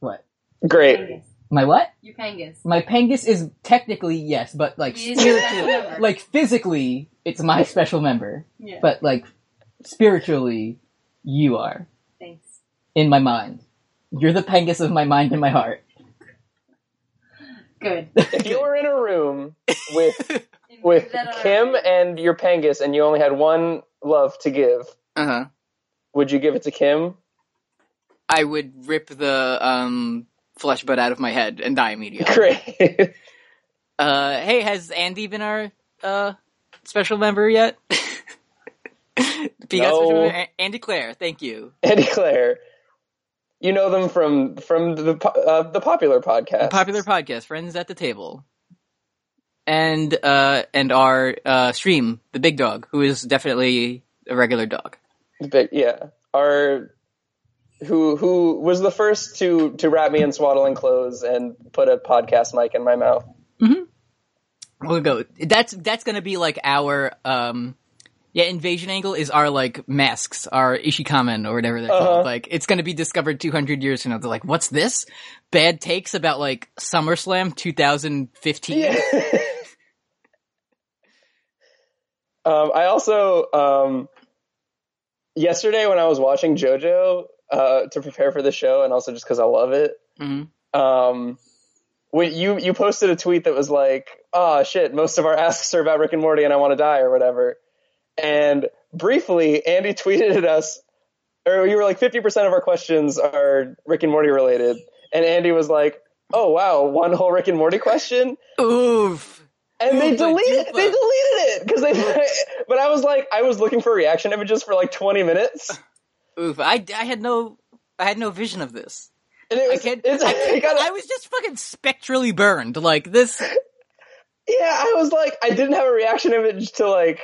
Speaker 1: What?
Speaker 2: great.
Speaker 3: Pangus.
Speaker 1: My what?
Speaker 3: Your Pangus.
Speaker 1: My Pangus is technically yes, but like
Speaker 3: He is
Speaker 1: spiritually,
Speaker 3: your special member.
Speaker 1: like physically, it's my special member.
Speaker 3: Yeah.
Speaker 1: But like spiritually, you are
Speaker 3: Thanks.
Speaker 1: in my mind. You're the Pangus of my mind and my heart.
Speaker 3: Good.
Speaker 2: If you were in a room with
Speaker 3: Include
Speaker 2: with
Speaker 3: that on our-
Speaker 2: Kim and your Pangus, and you only had one love to give,
Speaker 1: Uh huh.
Speaker 2: would you give it to Kim?
Speaker 1: I would rip the um flesh butt out of my head and die immediately.
Speaker 2: Great.
Speaker 1: Uh, hey, has Andy been our uh special member yet? Be our special
Speaker 2: No.
Speaker 1: member? A- Andy Claire, thank you.
Speaker 2: Andy Claire. You know them from from the po- uh, the popular podcast.
Speaker 1: Popular podcast, friends at the table, and uh and our uh stream, the big dog, who is definitely a regular dog.
Speaker 2: Big- yeah. Our who who was the first to to wrap me in swaddling clothes and put a podcast mic in my mouth.
Speaker 1: We'll go. That's that's gonna be like our um. Yeah, invasion angle is our like masks, our ishikamen or whatever they're
Speaker 2: Uh-huh.
Speaker 1: called. Like it's gonna be discovered two hundred years from now. They're like, what's this? Bad takes about like SummerSlam two thousand fifteen.
Speaker 2: Yeah. um, I also um, yesterday when I was watching JoJo uh, to prepare for the show, and also just because I love it,
Speaker 1: Mhm.
Speaker 2: um, when you you posted a tweet that was like, "Ah, shit, most of our asks are about Rick and Morty, and I want to die" or whatever. And briefly, Andy tweeted at us, or you were like, "50% of our questions are Rick and Morty related," and Andy was like, "Oh wow, one whole Rick and Morty question."
Speaker 1: Oof.
Speaker 2: And they
Speaker 1: Oofa
Speaker 2: deleted
Speaker 1: doofa.
Speaker 2: they deleted it because they. But I was like, I was looking for reaction images for like twenty minutes,
Speaker 1: Oof. I, I had no I had no vision of this.
Speaker 2: and it
Speaker 1: I
Speaker 2: was.
Speaker 1: can't,
Speaker 2: it's,
Speaker 1: I, can't-
Speaker 2: it got-
Speaker 1: I was just fucking spectrally burned. Like this
Speaker 2: yeah, I was like, I didn't have a reaction image to like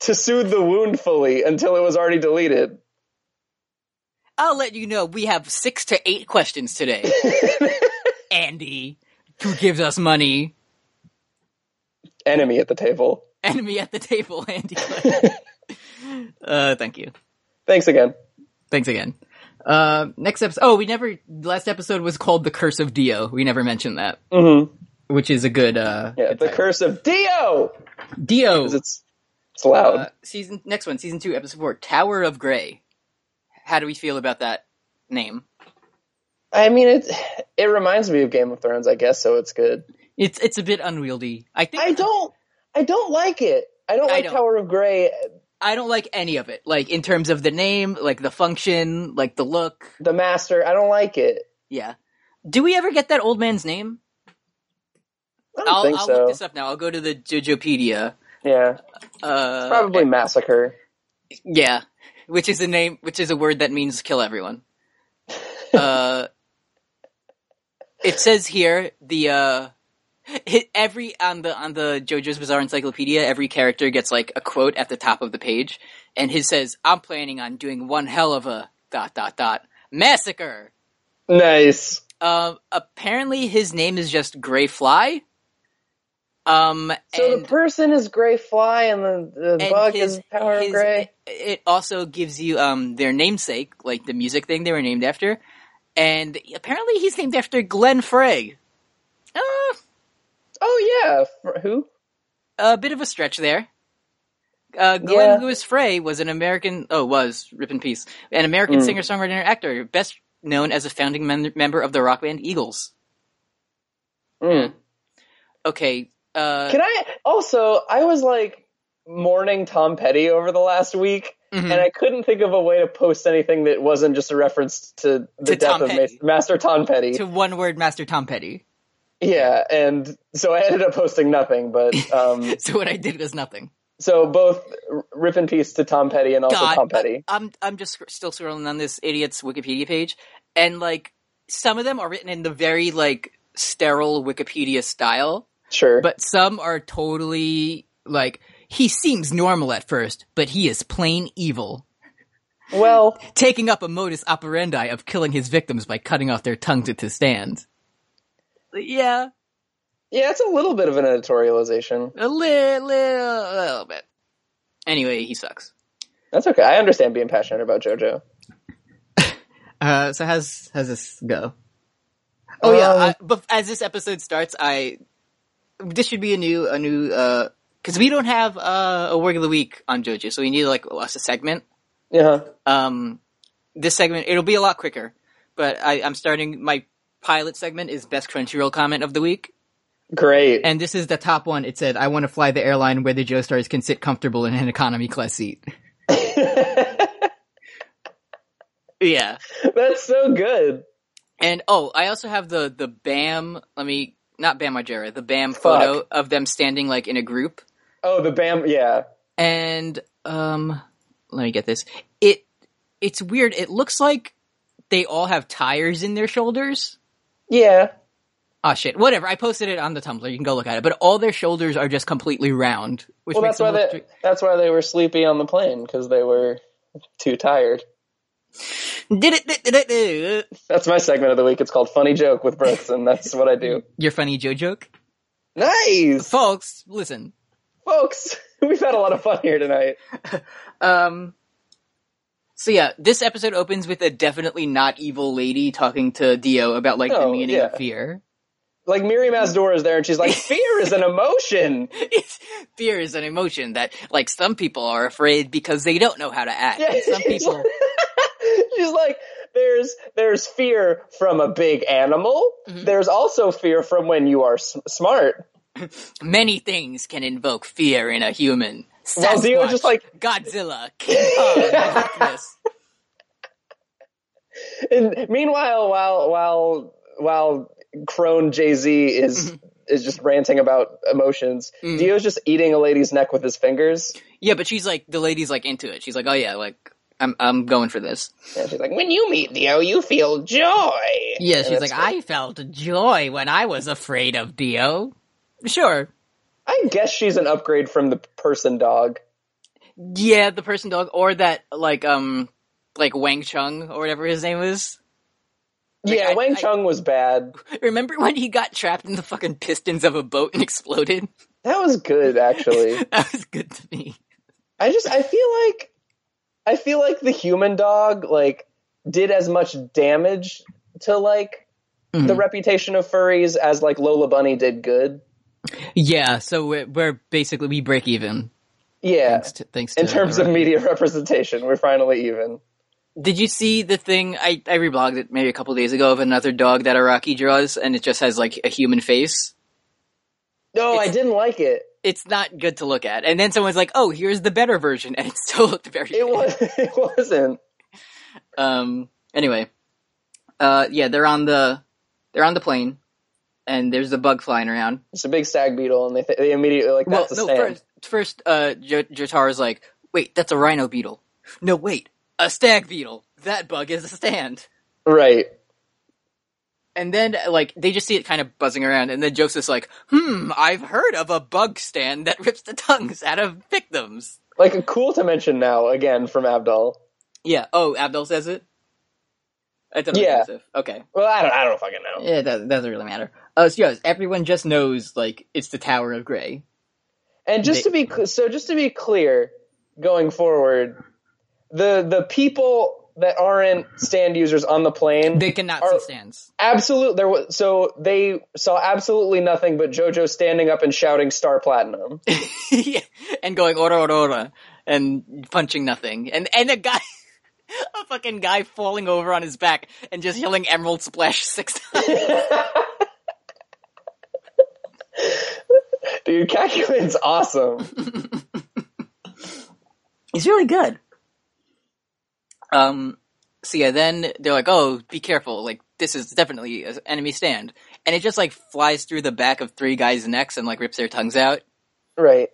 Speaker 2: to soothe the wound fully until it was already deleted.
Speaker 1: I'll let you know we have six to eight questions today. Andy, who gives us money?
Speaker 2: Enemy at the table.
Speaker 1: Enemy at the table, Andy. uh, thank you.
Speaker 2: Thanks again.
Speaker 1: Thanks again. Uh, next episode. Oh, we never. Last episode was called "The Curse of Dio." We never mentioned that,
Speaker 2: Mm-hmm.
Speaker 1: which is a good. uh
Speaker 2: Yeah, the curse of Dio.
Speaker 1: Dio.
Speaker 2: 'Cause It's it's loud.
Speaker 1: Uh, season next one, season two, episode four, Tower of Grey. How do we feel about that name?
Speaker 2: I mean, it it reminds me of Game of Thrones, I guess. So it's good.
Speaker 1: It's it's a bit unwieldy. I think
Speaker 2: I don't I don't like it. I don't
Speaker 1: I
Speaker 2: like
Speaker 1: don't.
Speaker 2: Tower of Grey.
Speaker 1: I don't like any of it. Like in terms of the name, like the function, like the look.
Speaker 2: The Master. I don't like it.
Speaker 1: Yeah. Do we ever get that old man's name?
Speaker 2: I don't
Speaker 1: I'll,
Speaker 2: think
Speaker 1: I'll
Speaker 2: so.
Speaker 1: look this up now. I'll go to the Jojopedia.
Speaker 2: Yeah,
Speaker 1: Uh,
Speaker 2: probably massacre.
Speaker 1: Yeah, which is a name, which is a word that means kill everyone. Uh, it says here the uh, hi- every on the on the JoJo's Bizarre Encyclopedia, every character gets like a quote at the top of the page, and his says, "I'm planning on doing one hell of a dot dot dot massacre."
Speaker 2: Nice.
Speaker 1: Um, apparently his name is just Gray Fly. Um,
Speaker 2: So
Speaker 1: and
Speaker 2: the person is Gray Fly, and the, the
Speaker 1: and
Speaker 2: bug
Speaker 1: his-
Speaker 2: is Tower
Speaker 1: his- eh,
Speaker 2: of Grey.
Speaker 1: It also gives you um their namesake, like the music thing they were named after, and apparently he's named after Glenn Frey. Uh,
Speaker 2: Oh yeah, Fr- who?
Speaker 1: a bit of a stretch there. Uh, Glenn
Speaker 2: Yeah.
Speaker 1: Lewis Frey was an American. Oh, was rip in peace, an American
Speaker 2: Mm.
Speaker 1: singer, songwriter, and actor, best known as a founding mem- member of the rock band Eagles.
Speaker 2: Mm.
Speaker 1: uh, Okay, uh,
Speaker 2: Can I also? I was like mourning Tom Petty over the last week,
Speaker 1: mhm.
Speaker 2: and I couldn't think of a way to post anything that wasn't just a reference to the
Speaker 1: To
Speaker 2: death
Speaker 1: Tom
Speaker 2: of Ma-
Speaker 1: Petty.
Speaker 2: Master Tom Petty.
Speaker 1: to one word, Master Tom Petty.
Speaker 2: Yeah, and so I ended up posting nothing, but um,
Speaker 1: So what I did was nothing.
Speaker 2: so both r- rip in peace to Tom Petty and also Tom
Speaker 1: but
Speaker 2: Petty.
Speaker 1: uh, I'm I'm just sc- still scrolling on this idiot's Wikipedia page, and like some of them are written in the very like sterile Wikipedia style,
Speaker 2: Sure,
Speaker 1: but some are totally like he seems normal at first, but he is plain evil,
Speaker 2: well,
Speaker 1: taking up a modus operandi of killing his victims by cutting off their tongues at the stand. Yeah,
Speaker 2: yeah, it's a little bit of an editorialization.
Speaker 1: a little, little bit. Anyway, he sucks.
Speaker 2: That's okay. I understand being passionate about JoJo.
Speaker 1: Uh, so how's how's this go? Oh yeah,
Speaker 2: Um,
Speaker 1: I, but as this episode starts, I this should be a new a new uh because we don't have uh, a word of the week on JoJo, so we need like us a segment.
Speaker 2: Yeah,
Speaker 1: Um, this segment it'll be a lot quicker, but I, I'm starting my pilot segment is best Crunchyroll comment of the week,
Speaker 2: great.
Speaker 1: and this is the top one. It said, "I want to fly the airline where the Joe stars can sit comfortable in an economy class seat." yeah.
Speaker 2: That's so good.
Speaker 1: And oh, I also have the the Bam. Let me not Bam Margera. The Bam photo of them standing like in a group.
Speaker 2: Oh, the Bam. Yeah,
Speaker 1: And um, let me get this. It it's weird. It looks like they all have tires in their shoulders.
Speaker 2: yeah.
Speaker 1: Ah shit. Whatever. I posted it on the Tumblr. You can go look at it. But all their shoulders are just completely round. Which
Speaker 2: Well,
Speaker 1: makes
Speaker 2: that's why
Speaker 1: them look
Speaker 2: they, that's why they were sleepy on the plane because they were too tired.
Speaker 1: str- Did it- did it- did it- did it.
Speaker 2: That's my segment of the week. It's called Funny Joke with Brooks, and that's what I do.
Speaker 1: Your funny Joe joke,
Speaker 2: Nice,
Speaker 1: folks. Listen.
Speaker 2: folks. We've had a lot of fun here tonight.
Speaker 1: Um. So yeah, this episode opens with a definitely not evil lady talking to Dio about like the
Speaker 2: Oh,
Speaker 1: meaning
Speaker 2: yeah.
Speaker 1: of fear.
Speaker 2: Like Miri Mazdor is there, and she's like, "Fear is an emotion."
Speaker 1: It's, fear is an emotion that like some people are afraid because they don't know how to act.
Speaker 2: Yeah,
Speaker 1: And some
Speaker 2: she's
Speaker 1: people,
Speaker 2: like- she's like, "There's there's fear from a big animal.
Speaker 1: Mhm.
Speaker 2: There's also fear from when you are s- smart."
Speaker 1: many things can invoke fear in a human.
Speaker 2: Well, Dio
Speaker 1: Sasquatch,
Speaker 2: just like-
Speaker 1: Godzilla, King Kong, darkness.
Speaker 2: And meanwhile, while while while crone Jay Z is
Speaker 1: Mm-hmm.
Speaker 2: is just ranting about emotions,
Speaker 1: Mhm.
Speaker 2: Dio's just eating a lady's neck with his fingers.
Speaker 1: Yeah, but she's like the lady's like into it. She's like, oh yeah, like I'm I'm going for this.
Speaker 2: And she's like, "When you meet Dio, you feel joy."
Speaker 1: Yeah,
Speaker 2: And
Speaker 1: she's like,
Speaker 2: it's
Speaker 1: I felt joy when I was afraid of Dio. Sure,
Speaker 2: I guess she's an upgrade from the person dog.
Speaker 1: Yeah, the person dog, or that like um like Wang Chung or whatever his name is. Like,
Speaker 2: yeah,
Speaker 1: I-
Speaker 2: Wang
Speaker 1: I-
Speaker 2: Chung was bad.
Speaker 1: Remember when he got trapped in the fucking pistons of a boat and exploded?
Speaker 2: That was good actually.
Speaker 1: that was good to me.
Speaker 2: I just I feel like I feel like the human dog like did as much damage to like the
Speaker 1: Mhm.
Speaker 2: reputation of furries as like Lola Bunny did good.
Speaker 1: Yeah, so we're, we're basically we break even
Speaker 2: Yeah.
Speaker 1: thanks to thanks to
Speaker 2: In terms of
Speaker 1: Araki.
Speaker 2: media representation, we're finally even.
Speaker 1: Did you see the thing I I reblogged it maybe a couple days ago of another dog that Araki draws and it just has like a human face?
Speaker 2: No, I
Speaker 1: It's-
Speaker 2: didn't like it.
Speaker 1: It's not good to look at. And then someone's like, "Oh, here's the better version," and it still looked very.
Speaker 2: It
Speaker 1: bad.
Speaker 2: was it wasn't.
Speaker 1: Um. Anyway, uh, yeah, they're on the they're on the plane, and there's the bug flying around.
Speaker 2: It's a big stag beetle, and they th- they immediately like
Speaker 1: well,
Speaker 2: that's a
Speaker 1: no,
Speaker 2: stand.
Speaker 1: first first, uh, J- Jotaro's like, "Wait, that's a rhino beetle." No, wait, a stag beetle. That bug is a stand.
Speaker 2: Right.
Speaker 1: And then, like, they just see it kind of buzzing around, and then Joseph's like, hmm, I've heard of a bug stand that rips the tongues out of victims.
Speaker 2: Like cool to mention now again from Abdul.
Speaker 1: Yeah, oh, Abdul says it? I thought it was
Speaker 2: Yeah.
Speaker 1: Joseph. Okay.
Speaker 2: Well, I don't I don't fucking know.
Speaker 1: Yeah, that doesn't really matter. Uh, so, yes, everyone just knows, like, it's the Tower of Grey.
Speaker 2: And just to be cl- so, just to be clear, going forward, the the people that aren't stand users on the plane,
Speaker 1: They cannot
Speaker 2: Are-
Speaker 1: see stands.
Speaker 2: absolute there was so they saw absolutely nothing but JoJo standing up and shouting Star Platinum.
Speaker 1: yeah. And going, ora, ora, ora, and punching nothing. And, and a guy, a fucking guy falling over on his back and just yelling Emerald Splash six times.
Speaker 2: Dude, Cacuan's awesome.
Speaker 1: He's really good. Um. So yeah, then they're like, "Oh, be careful! Like this is definitely an enemy stand," and it just like flies through the back of three guys' necks and like rips their tongues out,
Speaker 2: Right.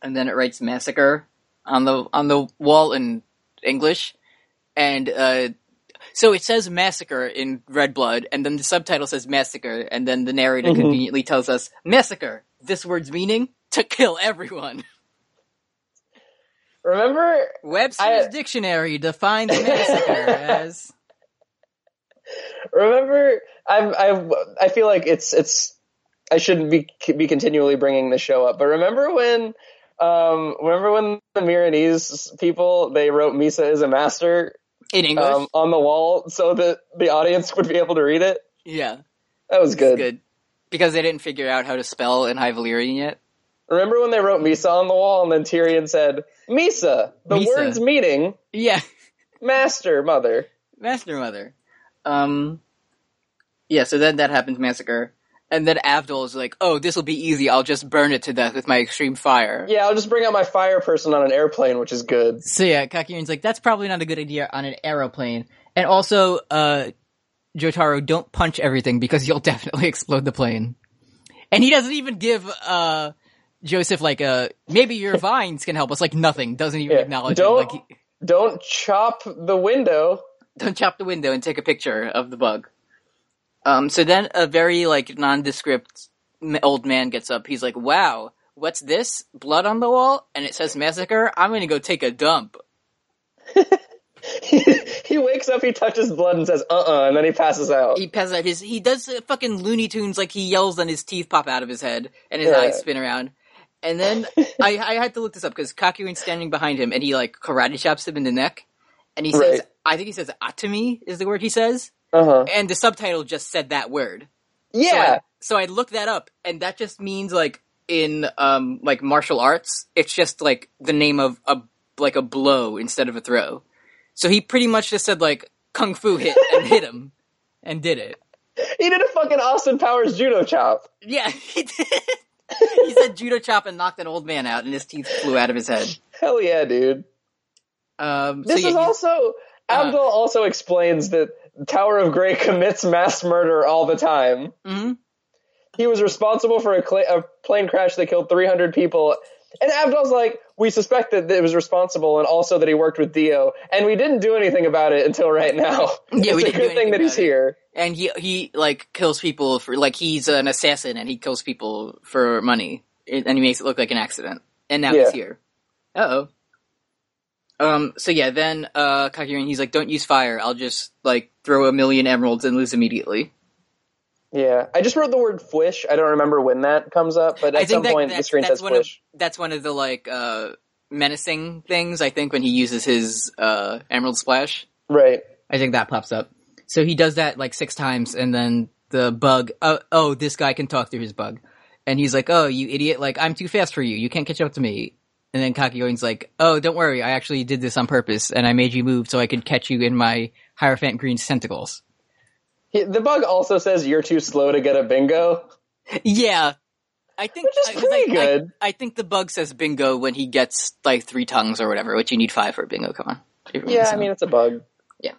Speaker 1: and then it writes "massacre" on the on the wall in English, and uh, so it says "massacre" in red blood, and then the subtitle says "massacre," and then the narrator
Speaker 2: Mhm.
Speaker 1: conveniently tells us "massacre." This word's meaning to kill everyone.
Speaker 2: Remember
Speaker 1: Webster's
Speaker 2: I-
Speaker 1: dictionary defines massacre as.
Speaker 2: remember I'm, I I feel like it's it's I shouldn't be be continually bringing the show up, but remember when um remember when the Miranese people they wrote Misa is a master
Speaker 1: In English?
Speaker 2: um, on the wall so that the audience would be able to read it.
Speaker 1: yeah,
Speaker 2: That was
Speaker 1: it's
Speaker 2: good.
Speaker 1: good. Because they didn't figure out how to spell in High Valyrian yet.
Speaker 2: Remember when they wrote Misa on the wall and then Tyrion said Misa, the
Speaker 1: Misa.
Speaker 2: word's meaning
Speaker 1: Yeah,
Speaker 2: master mother.
Speaker 1: Master Mother. Um, yeah, so then that happens, Massacre. And then Avdol is like, oh, this will be easy. I'll just burn it to death with my extreme fire.
Speaker 2: Yeah, I'll just bring out my fire person on an airplane, which is good.
Speaker 1: So yeah, Kakirin's like, that's probably not a good idea on an aeroplane. And also, uh, Jotaro, don't punch everything because you'll definitely explode the plane. And he doesn't even give, uh, Joseph like a, maybe your vines can help us. Like nothing. Doesn't even
Speaker 2: Yeah.
Speaker 1: acknowledge
Speaker 2: Don't-
Speaker 1: it. Like, he-
Speaker 2: Don't chop the window.
Speaker 1: don't chop the window and take a picture of the bug. Um, so then a very like nondescript m- old man gets up. He's like, "Wow, what's this? Blood on the wall, and it says massacre. I'm gonna go take a dump."
Speaker 2: he wakes up, he touches blood and says, uh uh and then he passes out.
Speaker 1: He passes out. His, he does uh, fucking Looney Tunes like he yells and his teeth pop out of his head and his
Speaker 2: Yeah.
Speaker 1: eyes spin around. And then I, I had to look this up because Kakurin's standing behind him and he like karate chops him in the neck. And he says,
Speaker 2: Right.
Speaker 1: I think he says Atami is the word he says.
Speaker 2: Uh huh.
Speaker 1: And the subtitle just said that word. So I-
Speaker 2: Yeah.
Speaker 1: So I looked that up, and that just means like in um like martial arts, it's just like the name of a like a blow instead of a throw. So he pretty much just said like kung fu hit and hit him, and did it.
Speaker 2: he did a fucking Austin Powers judo chop.
Speaker 1: Yeah, he did. he said judo chop and knocked an old man out, and his teeth flew out of his head.
Speaker 2: Hell yeah, dude.
Speaker 1: Um, so uh,
Speaker 2: This
Speaker 1: yeah,
Speaker 2: is
Speaker 1: he's-
Speaker 2: also. Abdul also explains that Tower of Grey commits mass murder all the time.
Speaker 1: mhm.
Speaker 2: He was responsible for a, cla a plane crash that killed 300 people. And Abdul's like, we suspect that it was responsible and also that he worked with Dio. And we didn't do anything about it until right now.
Speaker 1: Yeah,
Speaker 2: it's
Speaker 1: we didn't
Speaker 2: a
Speaker 1: do
Speaker 2: good
Speaker 1: anything
Speaker 2: thing that
Speaker 1: about
Speaker 2: he's
Speaker 1: it.
Speaker 2: here.
Speaker 1: and he he like kills people for like he's an assassin and he kills people for money and he makes it look like an accident and now
Speaker 2: Yeah.
Speaker 1: he's here. Uh oh. Um, so yeah, then uh, Kakirin, he's like, "Don't use fire. I'll just like throw a million emeralds and lose immediately."
Speaker 2: Yeah, I just wrote the word "fwish." I don't remember when that comes up, but
Speaker 1: I
Speaker 2: at
Speaker 1: think
Speaker 2: some
Speaker 1: that-
Speaker 2: point the
Speaker 1: that's-
Speaker 2: screen
Speaker 1: that's
Speaker 2: says
Speaker 1: one of-
Speaker 2: "fwish."
Speaker 1: That's one of the like uh, menacing things I think when he uses his uh, emerald splash.
Speaker 2: Right.
Speaker 1: I think that pops up. So he does that like six times, and then the bug. Uh, oh, this guy can talk through his bug, and he's like, "Oh, you idiot! Like I'm too fast for you. You can't catch up to me." And then Kakyoin's like, "Oh, don't worry. I actually did this on purpose, and I made you move so I could catch you in my Hierophant green tentacles."
Speaker 2: He, the bug also says you're too slow to get a bingo,
Speaker 1: Yeah, I think
Speaker 2: which is
Speaker 1: I- 'cause I-
Speaker 2: pretty
Speaker 1: I-
Speaker 2: good.
Speaker 1: I think the bug says bingo when he gets like three tongues or whatever, which you need five for bingo. Come on.
Speaker 2: yeah, I mean it's a bug.
Speaker 1: Yeah.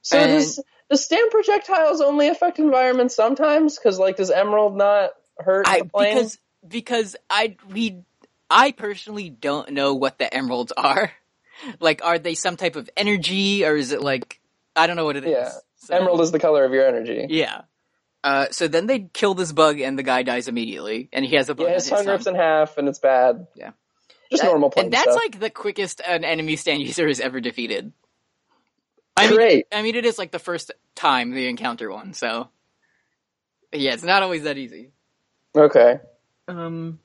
Speaker 2: So
Speaker 1: And-
Speaker 2: does does stand projectiles only affect environments sometimes? Because like, does emerald not hurt
Speaker 1: I
Speaker 2: the plane?
Speaker 1: because because I we I personally don't know what the emeralds are. Like, are they some type of energy or is it like I don't know what it is.
Speaker 2: Yeah.
Speaker 1: So-
Speaker 2: emerald is the color of your energy.
Speaker 1: Yeah. Uh, so then they kill this bug and the guy dies immediately, and he has a bug.
Speaker 2: Yeah,
Speaker 1: on
Speaker 2: his tongue rips
Speaker 1: tongue.
Speaker 2: in half, and it's bad.
Speaker 1: Yeah.
Speaker 2: just
Speaker 1: That-
Speaker 2: normal plane
Speaker 1: And that's
Speaker 2: stuff.
Speaker 1: like the quickest an enemy stand user has ever defeated. I mean,
Speaker 2: Great.
Speaker 1: I mean, it is like the first time they encounter one, so yeah, it's not always that easy.
Speaker 2: Okay,
Speaker 1: Um,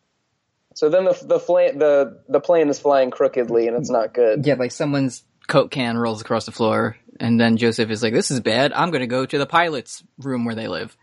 Speaker 2: so then the the flame the the plane is flying crookedly, and it's not good.
Speaker 1: yeah, like someone's coke can rolls across the floor, and then Joseph is like, "This is bad. I'm going to go to the pilot's room where they live."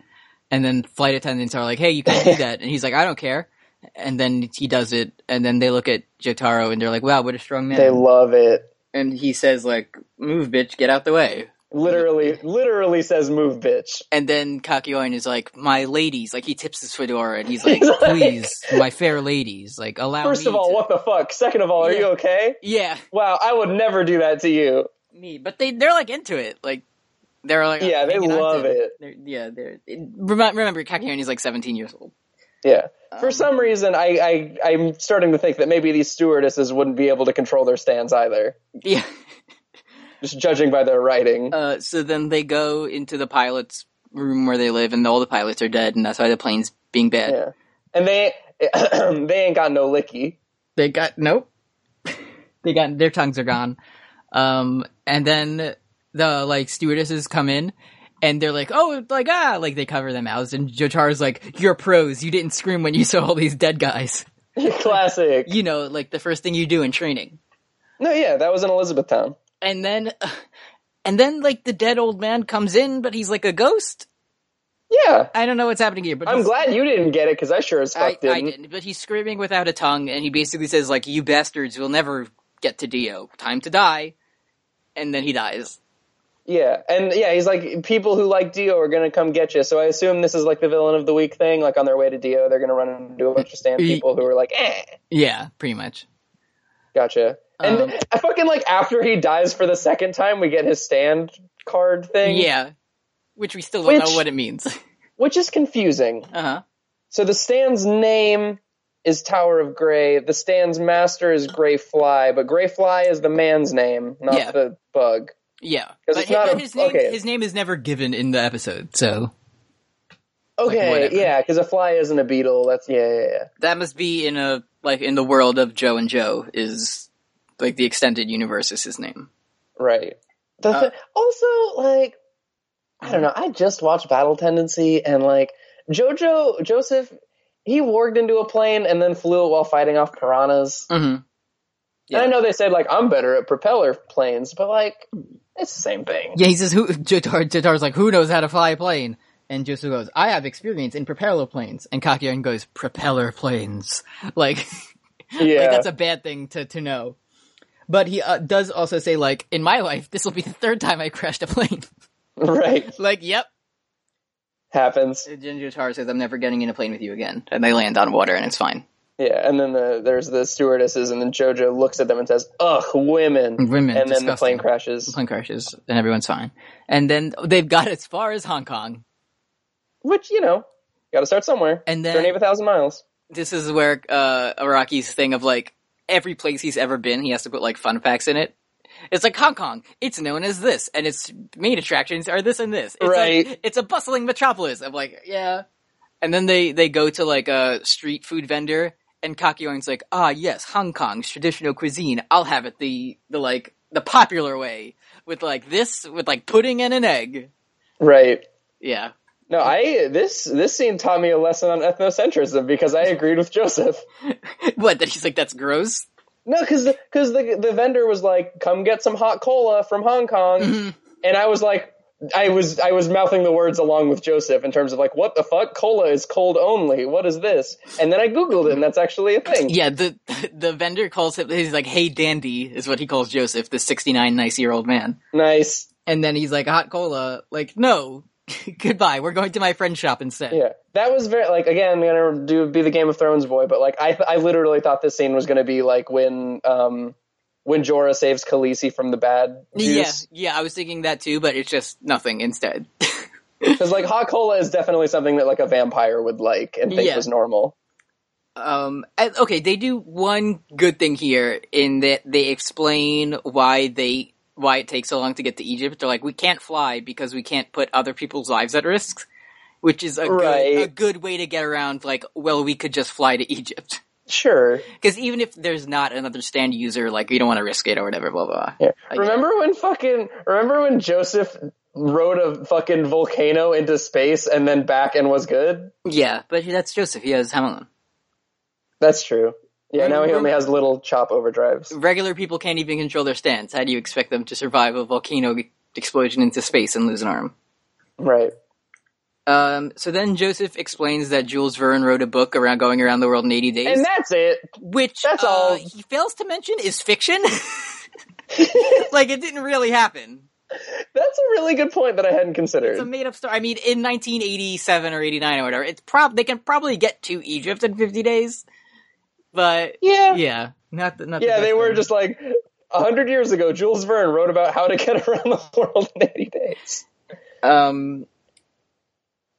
Speaker 1: And then flight attendants are like, "Hey, you can't do that," and he's like, "I don't care." And then he does it, and then they look at Jotaro and they're like, "Wow, what a strong man!"
Speaker 2: They love it.
Speaker 1: and he says, "Like, move, bitch, get out the way."
Speaker 2: Literally, literally says "move, bitch."
Speaker 1: And then Kakyoin is like, my ladies, like he tips his fedora and he's like,
Speaker 2: He's like-
Speaker 1: please, my fair ladies, like allow
Speaker 2: First
Speaker 1: me
Speaker 2: of all,
Speaker 1: to-
Speaker 2: what the fuck? Second of all, are
Speaker 1: Yeah.
Speaker 2: you okay?
Speaker 1: Yeah,
Speaker 2: Wow, I would never do that to you.
Speaker 1: me. But they, they're like into it. Like, they're like,
Speaker 2: Yeah, they
Speaker 1: hanging on to
Speaker 2: love it.
Speaker 1: They're, yeah, they're, it, remi- remember, Kakyoin is like 17 years old.
Speaker 2: Yeah. For
Speaker 1: Um,
Speaker 2: some reason, I, I I'm starting to think that maybe these stewardesses wouldn't be able to control their stands either,
Speaker 1: Yeah.
Speaker 2: just judging by their writing.
Speaker 1: Uh, so then they go into the pilot's room where they live and all the pilots are dead and that's why the plane's being bad.
Speaker 2: yeah, and they they ain't got no licky.
Speaker 1: They got nope. they got their tongues are gone. Um, and then the like stewardesses come in and they're like, oh, like ah, like they cover their mouths. And Jotaro's like, you're pros. You didn't scream when you saw all these dead guys.
Speaker 2: Classic.
Speaker 1: You know, like the first thing you do in training.
Speaker 2: No, yeah, that was in Elizabethtown.
Speaker 1: And then, and then like the dead old man comes in, but he's like a ghost.
Speaker 2: Yeah,
Speaker 1: I don't know what's happening here, but
Speaker 2: I'm
Speaker 1: he's-
Speaker 2: glad you didn't get it because I sure as fuck
Speaker 1: I,
Speaker 2: didn't.
Speaker 1: I didn't. But he's screaming without a tongue, and he basically says like, "You bastards will never get to Dio. Time to die." And then he dies.
Speaker 2: Yeah, and yeah, he's like people who like Dio are gonna come get you. So I assume this is like the villain of the week thing. Like on their way to Dio, they're gonna run into a bunch of stand people who are like, eh,
Speaker 1: Yeah, pretty much.
Speaker 2: gotcha. And
Speaker 1: Um,
Speaker 2: I fucking like after he dies for the second time, we get his stand card thing.
Speaker 1: Yeah, which we still don't know
Speaker 2: Which-
Speaker 1: what it means.
Speaker 2: which is confusing.
Speaker 1: Uh huh.
Speaker 2: So the stand's name is Tower of Gray. The stand's master is Gray Fly, but Gray Fly is the man's name, not
Speaker 1: Yeah.
Speaker 2: the bug.
Speaker 1: Yeah,
Speaker 2: 'Cause
Speaker 1: but
Speaker 2: it's
Speaker 1: hi-
Speaker 2: not
Speaker 1: but
Speaker 2: a-
Speaker 1: his name
Speaker 2: okay.
Speaker 1: his name is never given in the episode, so
Speaker 2: Okay,
Speaker 1: whatever.
Speaker 2: yeah, because a fly isn't a beetle. That's yeah, yeah, yeah.
Speaker 1: that must be in a like in the world of Joe and Joe is like the extended universe is his name.
Speaker 2: Right. The
Speaker 1: Uh,
Speaker 2: thi- also, like, I don't know. I just watched Battle Tendency, and like JoJo Joseph, he warged into a plane and then flew it while fighting off piranhas.
Speaker 1: hmm
Speaker 2: And I know they said like I'm better at propeller planes, but like it's the same thing.
Speaker 1: Yeah, he says who Jotar Jotar's like who knows how to fly a plane, and Josu goes I have experience in propeller planes, and Kakyoin goes propeller planes like.
Speaker 2: Yeah,
Speaker 1: Like that's a bad thing to to know. But he uh, does also say like in my life this will be the third time I crashed a plane.
Speaker 2: right.
Speaker 1: like yep.
Speaker 2: Happens.
Speaker 1: Ginger Tar says I'm never getting in a plane with you again, and they land on water and it's fine.
Speaker 2: Yeah, and then the, there's the stewardesses, and then JoJo looks at them and says, "Ugh, women."
Speaker 1: Women,
Speaker 2: and then the
Speaker 1: disgusting.
Speaker 2: plane crashes,
Speaker 1: Plane crashes and everyone's fine. And then they've got as far as Hong Kong.
Speaker 2: which you know, got to start somewhere.
Speaker 1: And then-
Speaker 2: journey of a thousand miles.
Speaker 1: This is where uh Araki's thing of like every place he's ever been, he has to put like fun facts in it. It's like Hong Kong. It's known as this, and its main attractions are this and this. It's
Speaker 2: Right.
Speaker 1: Like, it's a bustling metropolis. I'm like, yeah. And then they they go to like a street food vendor, and Kakyoin's like, ah, yes, Hong Kong's traditional cuisine. I'll have it the the like the popular way with like this with like pudding and an egg.
Speaker 2: Right.
Speaker 1: Yeah,
Speaker 2: No, I this this scene taught me a lesson on ethnocentrism because I agreed with Joseph.
Speaker 1: what? That he's like, that's gross.
Speaker 2: No, because because the, the vendor was like, "Come get some hot cola from Hong Kong,"
Speaker 1: Mm-hmm.
Speaker 2: and I was like, I was I was mouthing the words along with Joseph in terms of like, "What the fuck? Cola is cold only. What is this?" And then I googled it, and that's actually a thing.
Speaker 1: Yeah, the the vendor calls him. He's like, hey, dandy is what he calls Joseph, the sixty nine nice year old man.
Speaker 2: Nice.
Speaker 1: And then he's like, hot cola. Like, no, goodbye. We're going to my friend's shop instead.
Speaker 2: Yeah, that was very like again. I'm gonna do be the Game of Thrones boy, but like I I literally thought this scene was gonna be like when um when Jorah saves Khaleesi from the bad
Speaker 1: yeah,
Speaker 2: juice
Speaker 1: yeah. I was thinking that too, but it's just nothing instead.
Speaker 2: because like hot cola is definitely something that like a vampire would like and think
Speaker 1: Yeah.
Speaker 2: was normal.
Speaker 1: um and- okay they do one good thing here in that they explain why they why it takes so long to get to egypt they're like we can't fly because we can't put other people's lives at risk which is a,
Speaker 2: Right.
Speaker 1: good, a good way to get around like well we could just fly to egypt
Speaker 2: Sure.
Speaker 1: because even if there's not another stand user like you don't want to risk it or whatever blah blah, blah.
Speaker 2: Yeah.
Speaker 1: I get
Speaker 2: Remember when fucking remember when Joseph rode a fucking volcano into space and then back and was good?
Speaker 1: yeah but that's joseph he has hamilton
Speaker 2: That's true. Yeah, now he
Speaker 1: Remember-
Speaker 2: only has little chop overdrives.
Speaker 1: regular people can't even control their stands how do you expect them to survive a volcano explosion into space and lose an arm
Speaker 2: Right.
Speaker 1: Um, so then Joseph explains that Jules Verne wrote a book around going around the world in 80 days,
Speaker 2: And that's it.
Speaker 1: which
Speaker 2: that's
Speaker 1: uh,
Speaker 2: all.
Speaker 1: he fails to mention is fiction. like it didn't really happen.
Speaker 2: That's a really good point that I hadn't considered.
Speaker 1: It's a made up story. I mean, in 1987 or 89 or whatever, it's prob they can probably get to Egypt in 50 days, but
Speaker 2: yeah. yeah.
Speaker 1: yeah, not the, not the best
Speaker 2: they were
Speaker 1: thing.
Speaker 2: just like a hundred years ago, Jules Verne wrote about how to get around the world in eighty days.
Speaker 1: Um,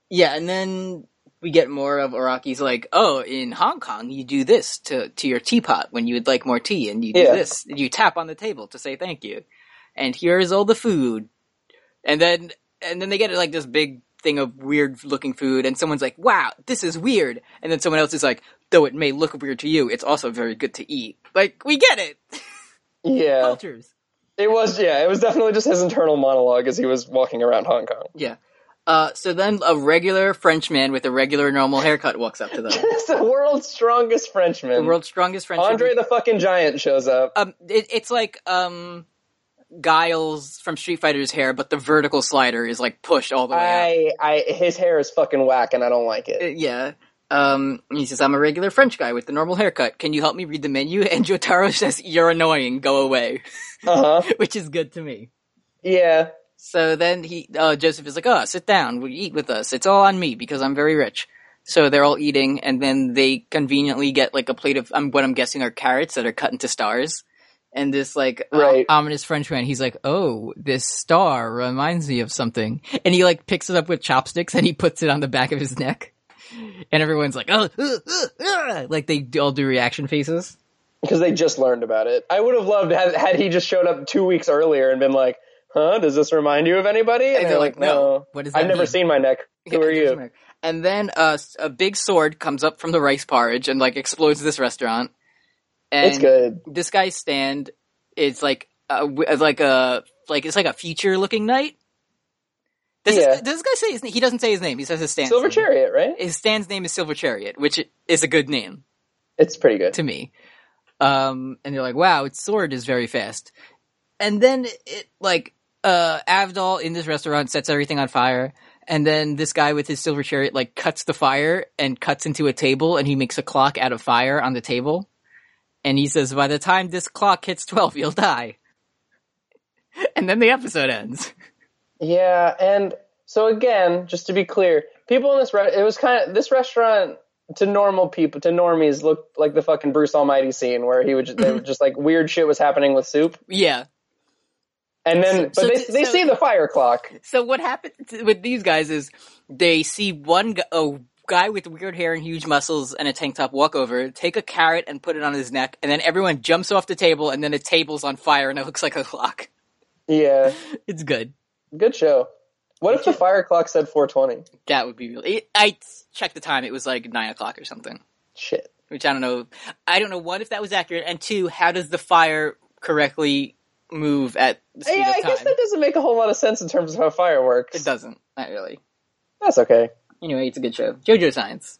Speaker 1: yeah, and then we get more of Araki's like, oh, in Hong Kong, you do this to, to your teapot when you would like more tea, and you do
Speaker 2: Yeah.
Speaker 1: this, you tap on the table to say thank you, and here is all the food, and then and then they get like this big thing of weird looking food, and someone's like, wow, this is weird, and then someone else is like, though it may look weird to you, it's also very good to eat. Like we get it,
Speaker 2: Yeah.
Speaker 1: cultures.
Speaker 2: It was yeah, it was definitely just his internal monologue as he was walking around Hong Kong.
Speaker 1: Yeah. Uh, so then a regular Frenchman with a regular normal haircut walks up to them.
Speaker 2: It's the world's strongest Frenchman.
Speaker 1: the world's strongest Frenchman.
Speaker 2: Andre the fucking giant shows up.
Speaker 1: um, it, it's like um, Giles from Street Fighter's hair, but the vertical slider is like pushed all the way up.
Speaker 2: I, I, his hair is fucking whack, and I don't like
Speaker 1: Uh,
Speaker 2: it.
Speaker 1: Yeah. Um, he says, "I'm a regular French guy with the normal haircut. Can you help me read the menu?" And Jotaro says, "You're annoying. Go away,"
Speaker 2: Uh huh.
Speaker 1: which is good to me.
Speaker 2: Yeah.
Speaker 1: So then he, uh, Joseph is like, "Oh, sit down. Will you eat with us? It's all on me because I'm very rich." So they're all eating, and then they conveniently get like a plate of um, what I'm guessing are carrots that are cut into stars. And this like uh,
Speaker 2: Right.
Speaker 1: ominous Frenchman, he's like, "Oh, this star reminds me of something," and he like picks it up with chopsticks and he puts it on the back of his neck. And everyone's like, "Oh, uh, uh, uh," like they all do reaction faces."
Speaker 2: Because they just learned about it. I would have loved had, had he just showed up two weeks earlier and been like, "Huh? Does this remind you of anybody?" And,
Speaker 1: they're like, "No. What does that
Speaker 2: I've never
Speaker 1: mean?"
Speaker 2: seen my neck.
Speaker 1: Yeah,
Speaker 2: Who are
Speaker 1: George
Speaker 2: you?"
Speaker 1: Merrick. And then uh, s- a big sword comes up from the rice porridge and like explodes this restaurant. And
Speaker 2: It's good.
Speaker 1: This guy's stand is like a, wi- like a like it's like a feature looking knight. Does,
Speaker 2: Yeah.
Speaker 1: this, does this guy say his name? He doesn't say his name. He says his stand.
Speaker 2: Silver Chariot, right?
Speaker 1: His stand's name is Silver Chariot, which is a good name
Speaker 2: It's pretty good.
Speaker 1: to me. Um, and they're like, wow, its sword is very fast. And then it, like, uh, Avdol in this restaurant sets everything on fire. And then this guy with his silver chariot, like, cuts the fire and cuts into a table and he makes a clock out of fire on the table. And he says, by the time this clock hits 12, you'll die. And then the episode ends.
Speaker 2: Yeah, and so again, just to be clear, people in this re- it was kind of this restaurant to normal people to normies looked like the fucking Bruce Almighty scene where he would just, they would just like weird shit was happening with soup,
Speaker 1: Yeah.
Speaker 2: and then but
Speaker 1: So-
Speaker 2: they
Speaker 1: so-
Speaker 2: they
Speaker 1: so-
Speaker 2: see the fire clock.
Speaker 1: So what happens with these guys is they see one gu- a guy with weird hair and huge muscles and a tank top walk over, take a carrot and put it on his neck, and then everyone jumps off the table, and then the table's on fire and it looks like a clock.
Speaker 2: Yeah,
Speaker 1: It's good.
Speaker 2: good show. What if the fire clock said 420?
Speaker 1: That would be really. I checked the time; it was like nine o'clock or something.
Speaker 2: Shit.
Speaker 1: Which I don't know. I don't know one if that was accurate, and two, how does the fire correctly move at the speed
Speaker 2: yeah, I
Speaker 1: of time?
Speaker 2: guess that doesn't make a whole lot of sense in terms of how fire works.
Speaker 1: It doesn't. Not really.
Speaker 2: That's okay.
Speaker 1: Anyway, it's a good show. JoJo Science.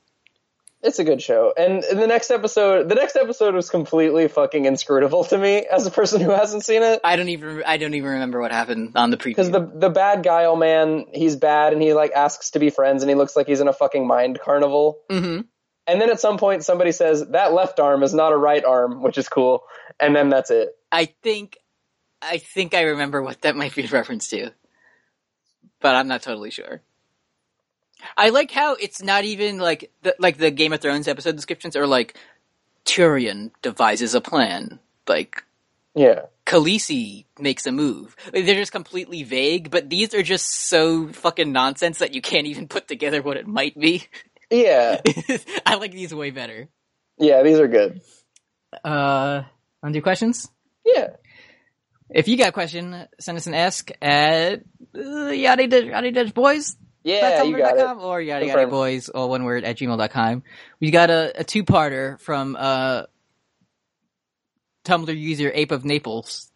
Speaker 2: It's a good show. And in the next episode, the next episode was completely fucking inscrutable to me as a person who hasn't seen it.
Speaker 1: I don't even. I don't even remember what happened on the
Speaker 2: Because
Speaker 1: preview.
Speaker 2: the the bad guy, oh man, he's bad and he like asks to be friends and he looks like he's in a fucking mind carnival.
Speaker 1: hmm
Speaker 2: And then at some point, somebody says that left arm is not a right arm, which is cool. And then that's it.
Speaker 1: I think. I think I remember what that might be a reference to, but I'm not totally sure. I like how it's not even like the, like the Game of Thrones episode descriptions are like Tyrion devises a plan, like
Speaker 2: Yeah,
Speaker 1: Khaleesi makes a move. Like, They're just completely vague, but these are just so fucking nonsense that you can't even put together what it might be.
Speaker 2: yeah,
Speaker 1: I like these way better.
Speaker 2: yeah. These are good.
Speaker 1: Uh, want to do questions?
Speaker 2: Yeah,
Speaker 1: If you got a question, send us an ask at uh, yada yada yada boys
Speaker 2: yeah. You got it.
Speaker 1: tumblr.com or yada yada
Speaker 2: Confirmed.
Speaker 1: boys all one word at gmail.com. We got a, a two parter from uh Tumblr user Ape of Naples.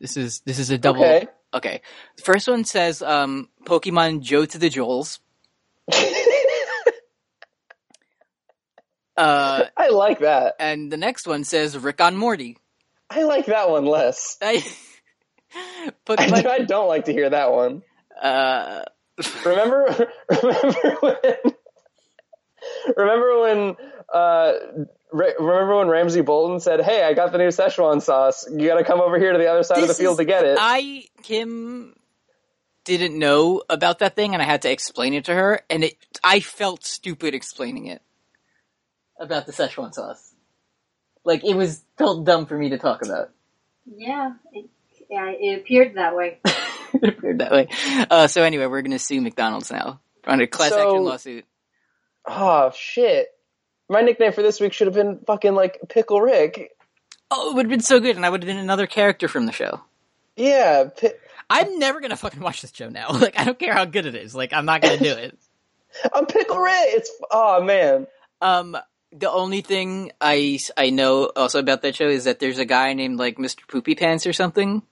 Speaker 1: This is this is a double.
Speaker 2: Okay.
Speaker 1: okay. The first one says um Pokemon Joe to the Joels. Uh
Speaker 2: I like that.
Speaker 1: and the next one says Rick on Morty.
Speaker 2: I like that one less.
Speaker 1: I
Speaker 2: I,
Speaker 1: Pokemon
Speaker 2: I don't like to hear that one.
Speaker 1: uh
Speaker 2: Remember, remember when? Remember when? Uh, re- remember when Ramsey Bolton said, "Hey, I got the new Szechuan sauce. You got to come over here to the other side of the
Speaker 1: This
Speaker 2: field
Speaker 1: is-
Speaker 2: to get it."
Speaker 1: I Kim didn't know about that thing, and I had to explain it to her, and it I felt stupid explaining it about the Szechuan sauce. Like it was felt dumb for me to talk about.
Speaker 3: Yeah, it, yeah, it appeared that way.
Speaker 1: it appeared that way. Uh, so anyway, we're gonna sue McDonald's now under class
Speaker 2: So-
Speaker 1: action lawsuit.
Speaker 2: Oh shit! My nickname for this week should have been fucking like Pickle Rick.
Speaker 1: Oh, it would have been so good, and I would have been another character from the show.
Speaker 2: Yeah, pi-
Speaker 1: I'm never gonna fucking watch this show now. Like I don't care how good it is. Like I'm not gonna do it.
Speaker 2: I'm Pickle Rick. It's oh man.
Speaker 1: Um, the only thing I I know also about that show is that there's a guy named like Mr. Poopy Pants or something,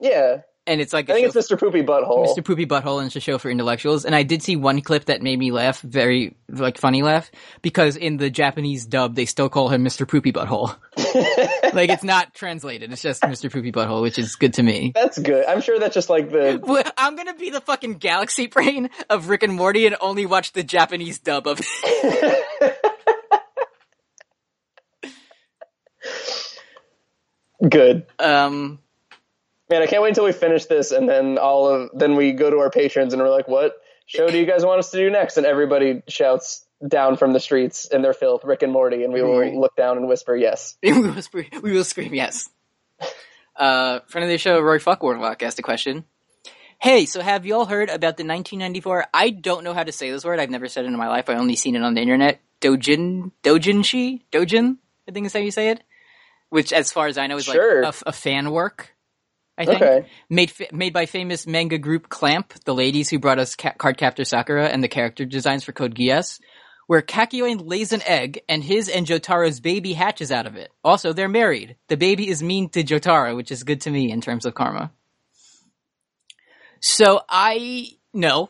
Speaker 2: Yeah,
Speaker 1: and it's like
Speaker 2: I
Speaker 1: a
Speaker 2: think
Speaker 1: show
Speaker 2: it's Mr. Poopy
Speaker 1: for-
Speaker 2: Butthole.
Speaker 1: Mr. Poopy Butthole, and it's a show for intellectuals. And I did see one clip that made me laugh, very like funny laugh, because in the Japanese dub they still call him Mr. Poopy Butthole. like it's not translated; it's just Mr. Poopy Butthole, which is good to me.
Speaker 2: That's good. I'm sure that's just like the
Speaker 1: Well, I'm gonna be the fucking galaxy brain of Rick and Morty and only watch the Japanese dub of it.
Speaker 2: good.
Speaker 1: Um,
Speaker 2: Man, I can't wait until we finish this, and then all of then we go to our patrons, and we're like, "What show do you guys want us to do next?" And everybody shouts down from the streets in their filth, Rick and Morty, and we will
Speaker 1: Right.
Speaker 2: look down and whisper, "Yes."
Speaker 1: we will scream, we will scream yes. Uh, friend of the show, Roy Fuckwardlock, asked a question. Hey, so have y'all heard about the 1994? I don't know how to say this word. I've never said it in my life. I only seen it on the internet. Dojin, Dojinshi, Dojin. I think is how you say it. Which, as far as I know, is
Speaker 2: Sure.
Speaker 1: like a f- a, fan work. I think
Speaker 2: Okay.
Speaker 1: made fa- made by famous manga group Clamp, the ladies who brought us ca- Cardcaptor Sakura and the character designs for Code Geass, where Kakyoin lays an egg and his and Jotaro's baby hatches out of it. Also, they're married. The baby is mean to Jotaro, which is good to me in terms of karma. So I no,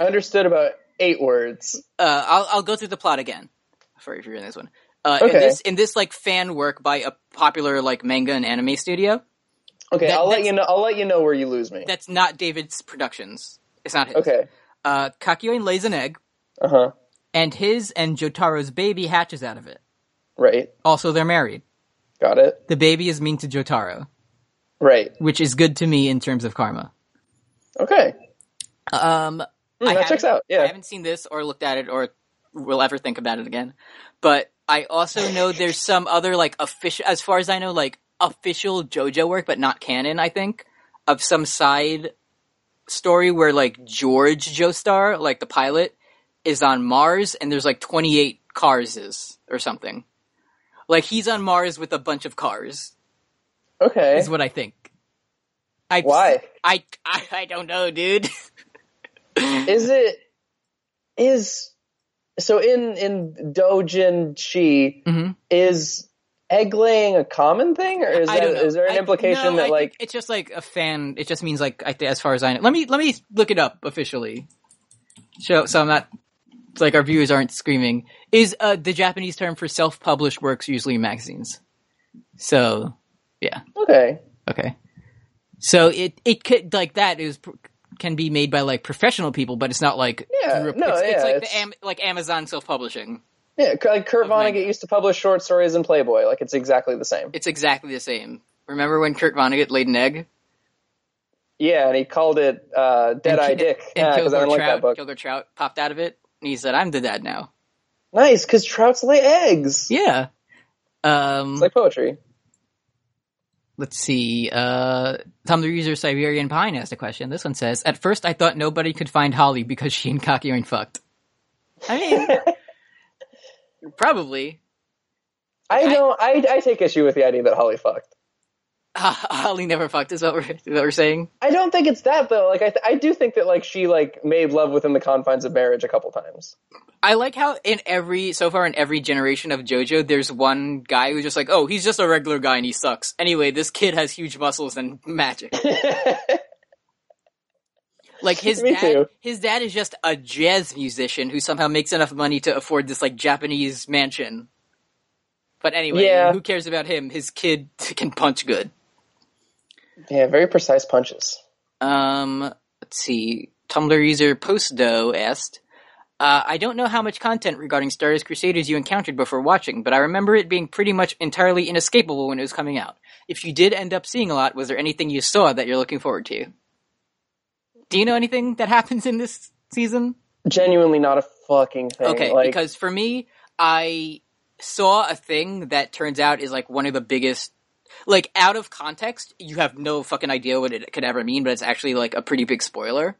Speaker 2: I understood about eight words.
Speaker 1: uh, I'll I'll go through the plot again for if you're in this one. Uh, In
Speaker 2: Okay.
Speaker 1: this in this like fan work by a popular like manga and anime studio
Speaker 2: Okay,
Speaker 1: That-
Speaker 2: I'll let
Speaker 1: that's-
Speaker 2: you know. I'll let you know where you lose me.
Speaker 1: that's not David's Productions. It's not his.
Speaker 2: Okay.
Speaker 1: Uh, Kakyoin lays an egg.
Speaker 2: Uh huh.
Speaker 1: and his and Jotaro's baby hatches out of it.
Speaker 2: Right.
Speaker 1: Also, they're married.
Speaker 2: Got it.
Speaker 1: The baby is mean to Jotaro,
Speaker 2: Right.
Speaker 1: which is good to me in terms of karma.
Speaker 2: Okay.
Speaker 1: Um,
Speaker 2: Hmm,
Speaker 1: I
Speaker 2: that checks
Speaker 1: haven't-
Speaker 2: out.
Speaker 1: I
Speaker 2: Yeah.
Speaker 1: haven't seen this or looked at it or will ever think about it again. But I also know there's some other like official, as far as I know, like official JoJo work, but not canon. I think of some side story where like George Joestar, like the pilot, is on Mars, and there's like 28 Carses or something. Like he's on Mars with a bunch of cars
Speaker 2: Okay.
Speaker 1: is what I think. I
Speaker 2: Why?
Speaker 1: I I, I don't know, dude.
Speaker 2: Is it is so in in Dojin Chi
Speaker 1: hmm
Speaker 2: is egg laying a common thing, or is
Speaker 1: I
Speaker 2: that
Speaker 1: don't know.
Speaker 2: is there an
Speaker 1: I-
Speaker 2: implication
Speaker 1: no, I
Speaker 2: that
Speaker 1: think
Speaker 2: like
Speaker 1: it's just like a fan? It just means like I, thi- as far as I know. Let me let me look it up officially. So so I'm not. It's like our viewers aren't screaming. Is uh, the Japanese term for self-published works usually magazines? So
Speaker 2: okay?
Speaker 1: okay. So it it could like that is pr- can be made by like professional people, but it's not like
Speaker 2: Yeah,
Speaker 1: group-
Speaker 2: no,
Speaker 1: it's,
Speaker 2: yeah,
Speaker 1: it's like
Speaker 2: it's-
Speaker 1: the Am- like Amazon self-publishing.
Speaker 2: Yeah, like Kurt
Speaker 1: Of
Speaker 2: Vonnegut
Speaker 1: manga.
Speaker 2: used to publish short stories in Playboy. Like it's exactly the same.
Speaker 1: It's exactly the same. Remember when Kurt Vonnegut laid an egg?
Speaker 2: Yeah, and he called it uh, Dead Eye
Speaker 1: And-
Speaker 2: Dick
Speaker 1: and
Speaker 2: because I
Speaker 1: Kilgore
Speaker 2: don't like
Speaker 1: Trout,
Speaker 2: that book.
Speaker 1: Kilgore Trout popped out of it, and he said, "I'm the dad now."
Speaker 2: Nice, because trouts lay eggs.
Speaker 1: Yeah. Um,
Speaker 2: It's like poetry.
Speaker 1: let's see. Uh, Tom the user Siberian Pine asked a question. This one says, "At first, I thought nobody could find Holly because she and Cocky are fucked." I mean, probably.
Speaker 2: I don't. I, I take issue with the idea that Holly fucked.
Speaker 1: Holly never fucked is what we're, is what we're saying.
Speaker 2: I don't think it's that though. Like I, th- I do think that like she like made love within the confines of marriage a couple times.
Speaker 1: I like how in every so far in every generation of JoJo, there's one guy who's just like, "Oh, he's just a regular guy and he sucks." Anyway, this kid has huge muscles and magic. Like his
Speaker 2: Me
Speaker 1: dad,
Speaker 2: too.
Speaker 1: his dad is just a jazz musician who somehow makes enough money to afford this like Japanese mansion. But anyway,
Speaker 2: Yeah.
Speaker 1: who cares about him? His kid can punch good.
Speaker 2: yeah, very precise punches.
Speaker 1: Um, let's see. Tumblr user Postdo asked, uh, "I don't know how much content regarding Stardust Crusaders you encountered before watching, but I remember it being pretty much entirely inescapable when it was coming out. If you did end up seeing a lot, was there anything you saw that you're looking forward to? Do you know anything that happens in this season?"
Speaker 2: Genuinely not a fucking thing.
Speaker 1: Okay,
Speaker 2: like,
Speaker 1: because for me, I saw a thing that turns out is like one of the biggest. Like out of context, you have no fucking idea what it could ever mean, but it's actually like a pretty big spoiler.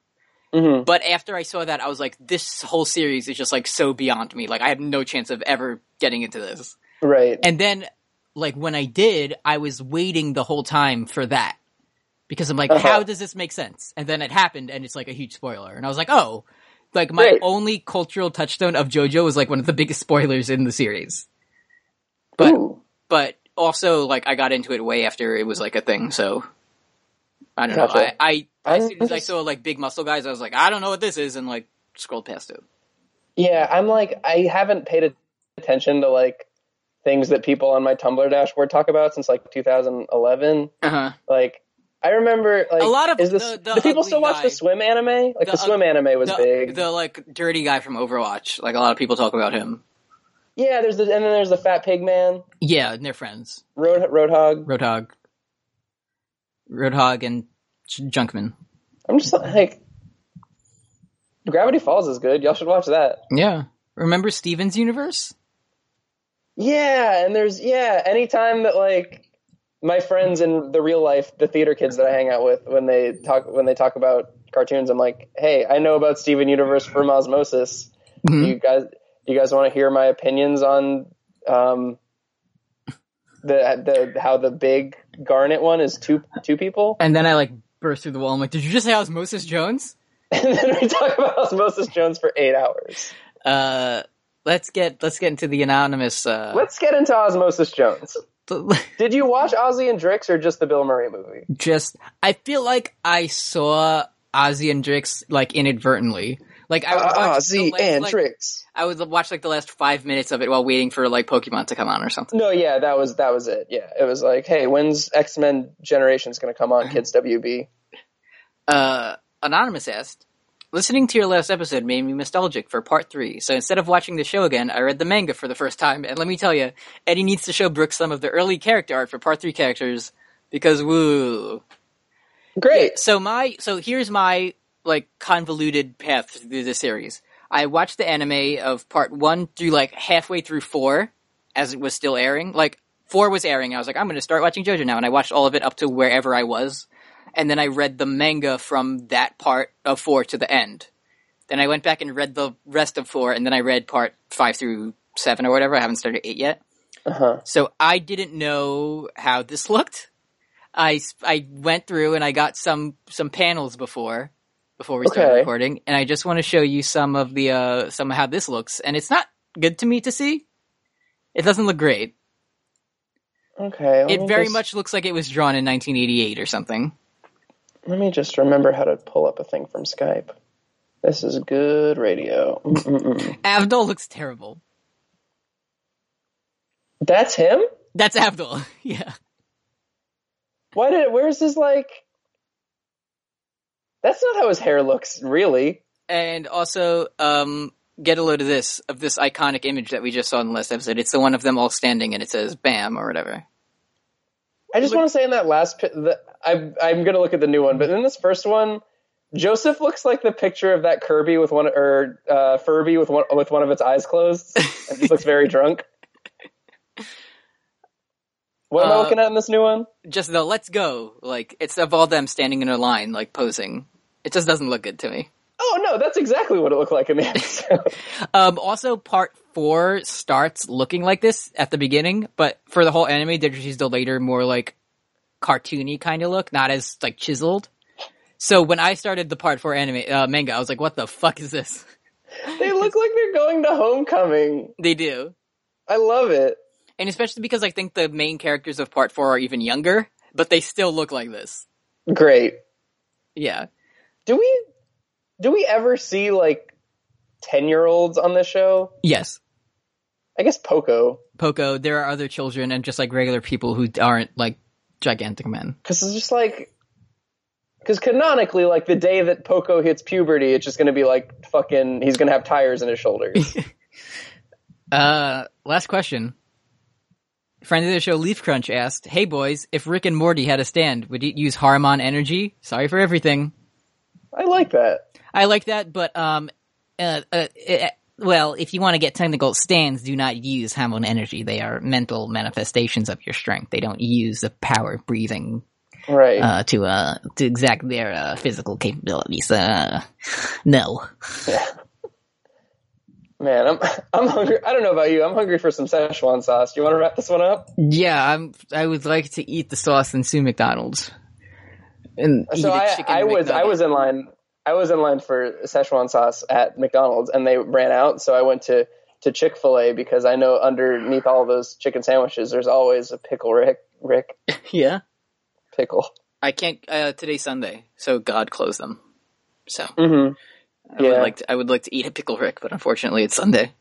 Speaker 2: Mhm.
Speaker 1: But after I saw that, I was like, this whole series is just like so beyond me. Like I have no chance of ever getting into this.
Speaker 2: right?
Speaker 1: And then, like when I did, I was waiting the whole time for that because I'm like,
Speaker 2: Uh-huh.
Speaker 1: how does this make sense? And then it happened, and it's like a huge spoiler. And I was like, oh, like my
Speaker 2: Right.
Speaker 1: only cultural touchstone of JoJo was like one of the biggest spoilers in the series. But
Speaker 2: Ooh.
Speaker 1: but also like I got into it way after it was like a thing, so I don't know.
Speaker 2: Gotcha.
Speaker 1: I, I as soon as I
Speaker 2: I'm-
Speaker 1: saw like big muscle guys, I was like, I don't know what this is, and like scrolled past it.
Speaker 2: Yeah, I'm like I haven't paid attention to like things that people on my Tumblr dashboard talk about since like 2011.
Speaker 1: Uh huh.
Speaker 2: Like I remember like
Speaker 1: A lot of
Speaker 2: is this,
Speaker 1: the- the
Speaker 2: do people still
Speaker 1: ugly
Speaker 2: watch the
Speaker 1: guy.
Speaker 2: swim anime? Like
Speaker 1: The
Speaker 2: the,
Speaker 1: ug-
Speaker 2: swim anime was
Speaker 1: The,
Speaker 2: big.
Speaker 1: the like dirty guy from Overwatch, like a lot of people talk about him.
Speaker 2: yeah, there's the, and then there's the fat pig man,
Speaker 1: Yeah, and they're friends.
Speaker 2: Road Roadhog.
Speaker 1: Roadhog, Roadhog, and J- Junkman.
Speaker 2: I'm just like Gravity Falls is good. Y'all should watch that.
Speaker 1: Yeah. Remember Steven's universe?
Speaker 2: Yeah, and there's yeah, anytime that like my friends in the real life, the theater kids that I hang out with when they talk when they talk about cartoons, I'm like, "Hey, I know about Steven Universe from Osmosis. Do you guys do you guys want to hear my opinions on um the the how the big Garnet one is two two people?"
Speaker 1: And then I like burst through the wall. I'm like, did you just say Osmosis Jones?
Speaker 2: And then we talk about Osmosis Jones for 8 hours.
Speaker 1: Uh, let's get let's get into the anonymous. Uh,
Speaker 2: Let's get into Osmosis Jones. Did you watch Ozzy and Drix or just the Bill Murray movie?
Speaker 1: just I feel like I saw Ozzy and Drix like inadvertently. Like I would watch the
Speaker 2: Uh, Ozzy
Speaker 1: last,
Speaker 2: and
Speaker 1: like,
Speaker 2: Drix.
Speaker 1: I would watch like the last five minutes of it while waiting for like Pokemon to come on or something.
Speaker 2: No, yeah, that was that was it. Yeah, it was like, hey, when's X Men Generations going to come on Kids WB?
Speaker 1: Uh, anonymous asked, listening to your last episode made me nostalgic for part three. So instead of watching the show again, I read the manga for the first time. And let me tell you, Eddie needs to show Brooks some of the early character art for part three characters because woo.
Speaker 2: Great.
Speaker 1: so my so here's my like convoluted path through the series. I watched the anime of part one through like halfway through four, as it was still airing. Like four was airing, I was like, I'm going to start watching JoJo now, and I watched all of it up to wherever I was, and then I read the manga from that part of four to the end. Then I went back and read the rest of four, and then I read part five through seven or whatever. I haven't started eight yet.
Speaker 2: Uh-huh.
Speaker 1: So I didn't know how this looked. I, s- I went through and I got some some panels before, before we started
Speaker 2: Okay.
Speaker 1: recording, and I just want to show you some of the uh some of how this looks, and it's not good to me to see. It doesn't look great.
Speaker 2: Okay. let
Speaker 1: It
Speaker 2: me
Speaker 1: very
Speaker 2: just-
Speaker 1: much looks like it was drawn in 1988 or something.
Speaker 2: Let me just remember how to pull up a thing from Skype. This is good radio. Mm-mm-mm.
Speaker 1: Avdol looks terrible.
Speaker 2: That's him.
Speaker 1: That's Avdol. yeah.
Speaker 2: Why did? Where's his like? That's not how his hair looks, really.
Speaker 1: And also, um, get a load of this, of this iconic image that we just saw in the last episode. It's the one of them all standing and it says BAM or whatever.
Speaker 2: I just
Speaker 1: Look-
Speaker 2: want to say in that last, pi- the, I, I'm going to look at the new one, but in this first one, Joseph looks like the picture of that Kirby with one or uh, Furby with one with one of its eyes closed. and just looks very drunk. What am I
Speaker 1: Uh,
Speaker 2: looking at in this new one?
Speaker 1: Just the let's go, like, it's of all them standing in a line, like posing. It just doesn't look good to me.
Speaker 2: Oh no, that's exactly what it looked like in the episode.
Speaker 1: Um, also, part four starts looking like this at the beginning, but for the whole anime, they just used a later, more like cartoony kind of look, not as like chiseled. So when I started the part four anime uh, manga, I was like, "What the fuck is this?"
Speaker 2: they look like they're going to homecoming.
Speaker 1: They do,
Speaker 2: I love it.
Speaker 1: and especially because I think the main characters of part four are even younger, but they still look like this.
Speaker 2: Great.
Speaker 1: Yeah,
Speaker 2: Do we do we ever see like ten year olds on this show?
Speaker 1: yes,
Speaker 2: I guess Poco.
Speaker 1: Poco. There are other children and just like regular people who aren't like gigantic men.
Speaker 2: Because it's just like, because canonically, like the day that Poco hits puberty, it's just going to be like fucking. He's going to have tires in his shoulders.
Speaker 1: Uh, last question. Friend of the show, Leaf Crunch asked, "Hey boys, if Rick and Morty had a stand, would it use Harmon energy? Sorry for everything.
Speaker 2: I like that.
Speaker 1: I like that, but um, uh, uh, uh well, if you want to get technical, stands do not use Harmon energy. They are mental manifestations of your strength. They don't use the power of breathing
Speaker 2: Right.
Speaker 1: uh to uh to exact their uh, physical capabilities. Uh, no,
Speaker 2: Man, I'm I'm hungry. I don't know about you. I'm hungry for some Szechuan sauce. Do you want to wrap this one up?
Speaker 1: yeah, I'm. I would like to eat the sauce and sue McDonald's." And eat
Speaker 2: So
Speaker 1: a
Speaker 2: I,
Speaker 1: chicken
Speaker 2: I was I
Speaker 1: McNugget.
Speaker 2: was in line I was in line for Szechuan sauce at McDonald's and they ran out. So I went to to Chick fil A because I know underneath all those chicken sandwiches, there's always a pickle Rick Rick
Speaker 1: Yeah.
Speaker 2: pickle.
Speaker 1: I can't uh today's Sunday, so God close them. So
Speaker 2: hmm
Speaker 1: I
Speaker 2: Yeah.
Speaker 1: would like to, I would like to eat a pickle Rick, but unfortunately it's Sunday.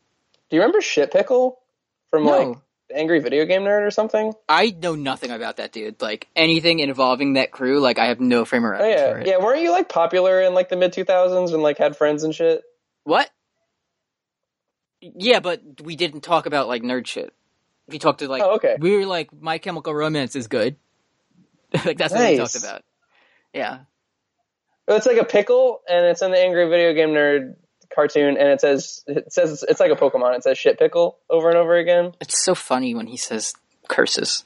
Speaker 2: Do you remember Shit Pickle from like
Speaker 1: No.
Speaker 2: Angry Video Game Nerd or something?
Speaker 1: I know nothing about that dude. Like anything involving that crew, like I have no frame of
Speaker 2: Oh
Speaker 1: reference for
Speaker 2: yeah,
Speaker 1: it.
Speaker 2: yeah. Weren't you like popular in like the mid 2000s and like had friends and shit?
Speaker 1: What? Yeah, but we didn't talk about like nerd shit. We talked to like
Speaker 2: Oh, okay.
Speaker 1: we were like My Chemical Romance is good. like that's what we
Speaker 2: Nice.
Speaker 1: talked about. Yeah.
Speaker 2: It's like a pickle, and it's in the Angry Video Game Nerd cartoon, and it says it says it's like a Pokemon. It says Shit Pickle over and over again.
Speaker 1: It's so funny when he says curses.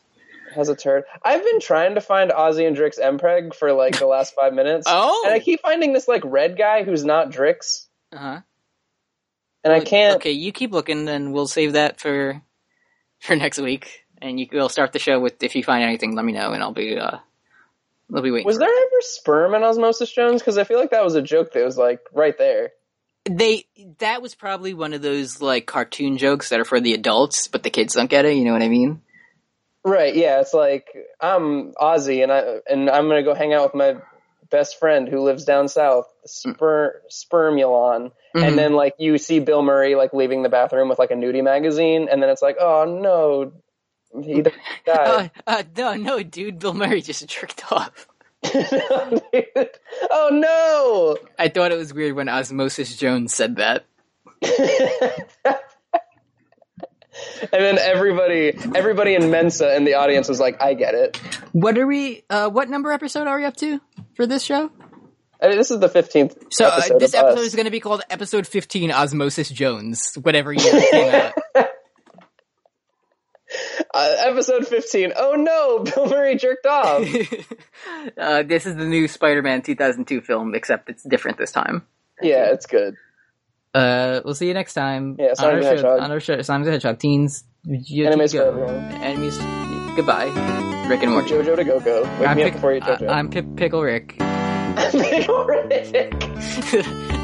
Speaker 2: Has a turd. I've been trying to find Ozzy and Drix Mpreg for like the last five minutes.
Speaker 1: Oh!
Speaker 2: And I keep finding this like red guy who's not Drix.
Speaker 1: Uh-huh.
Speaker 2: And I can't
Speaker 1: Oh, Okay, you keep looking, then we'll save that for for next week, and you we'll start the show with if you find anything, let me know, and I'll be uh, I'll be waiting.
Speaker 2: was
Speaker 1: for
Speaker 2: there ever sperm in Osmosis Jones? Because I feel like that was a joke that was like right there.
Speaker 1: it. they that was probably one of those like cartoon jokes that are for the adults, but the kids don't get it. You know what I mean?
Speaker 2: Right, yeah, it's like I'm Ozzy and I and I'm gonna go hang out with my best friend who lives down south,
Speaker 1: Mm.
Speaker 2: Sper- Spermulon.
Speaker 1: Mhm.
Speaker 2: And then uh, like you see Bill Murray like leaving the bathroom with like a nudie magazine, and then it's like, oh no, he died.
Speaker 1: Uh, uh, no, no, dude, Bill Murray just jerked off.
Speaker 2: oh no!
Speaker 1: I thought it was weird when Osmosis Jones said that.
Speaker 2: and then everybody, everybody in Mensa in the audience was like, I get it.
Speaker 1: What are we? Uh, what number episode are we up to for this show?
Speaker 2: I mean, this is the fifteenth.
Speaker 1: So
Speaker 2: episode
Speaker 1: uh, this
Speaker 2: of
Speaker 1: episode
Speaker 2: Us.
Speaker 1: is going to be called Episode 15 Osmosis Jones, whatever year it came out.
Speaker 2: uh, episode fifteen. Oh no, Bill Murray jerked off. Um,
Speaker 1: uh, this is the new Spider-Man 2002 film, except it's different this time.
Speaker 2: yeah, it's good.
Speaker 1: Uh, we'll see you next time
Speaker 2: Yeah,
Speaker 1: on, our
Speaker 2: Sonic the
Speaker 1: show,
Speaker 2: Hedgehog.
Speaker 1: on our show. Sonic the Hedgehog, teens, you
Speaker 2: Animes
Speaker 1: keep
Speaker 2: for
Speaker 1: going.
Speaker 2: everyone.
Speaker 1: Enemies. Goodbye, Rick and Morty.
Speaker 2: JoJo to go go. Wake
Speaker 1: I'm,
Speaker 2: me
Speaker 1: Pic-
Speaker 2: up before you,
Speaker 1: I-
Speaker 2: JoJo.
Speaker 1: I'm Pip- Pickle Rick.
Speaker 2: Bye. Horrific.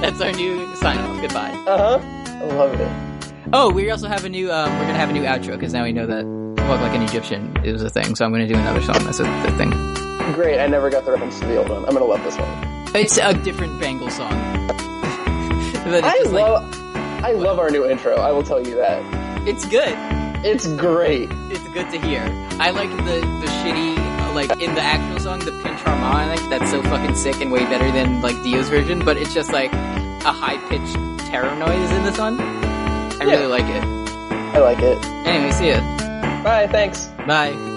Speaker 1: That's our new sign off. Goodbye.
Speaker 2: Uh huh. I love it.
Speaker 1: Oh, we also have a new. Um, we're gonna have a new outro because now we know that walk like an Egyptian is a thing. So I'm gonna do another song. That's a, a thing.
Speaker 2: Great. I never got the reference to the old one. I'm gonna love this one.
Speaker 1: It's a different Bangle song. but it's
Speaker 2: I
Speaker 1: just like
Speaker 2: love. I love our new intro. I will tell you that.
Speaker 1: it's good.
Speaker 2: It's great.
Speaker 1: It's good to hear. I like the the shitty uh, like in the actual song the pinch harmonic that's so fucking sick and way better than like Dio's version. But it's just like a high pitched terror noise in this one. I
Speaker 2: Yeah.
Speaker 1: really like it.
Speaker 2: I like it.
Speaker 1: Anyway, see ya.
Speaker 2: Bye. Thanks.
Speaker 1: Bye.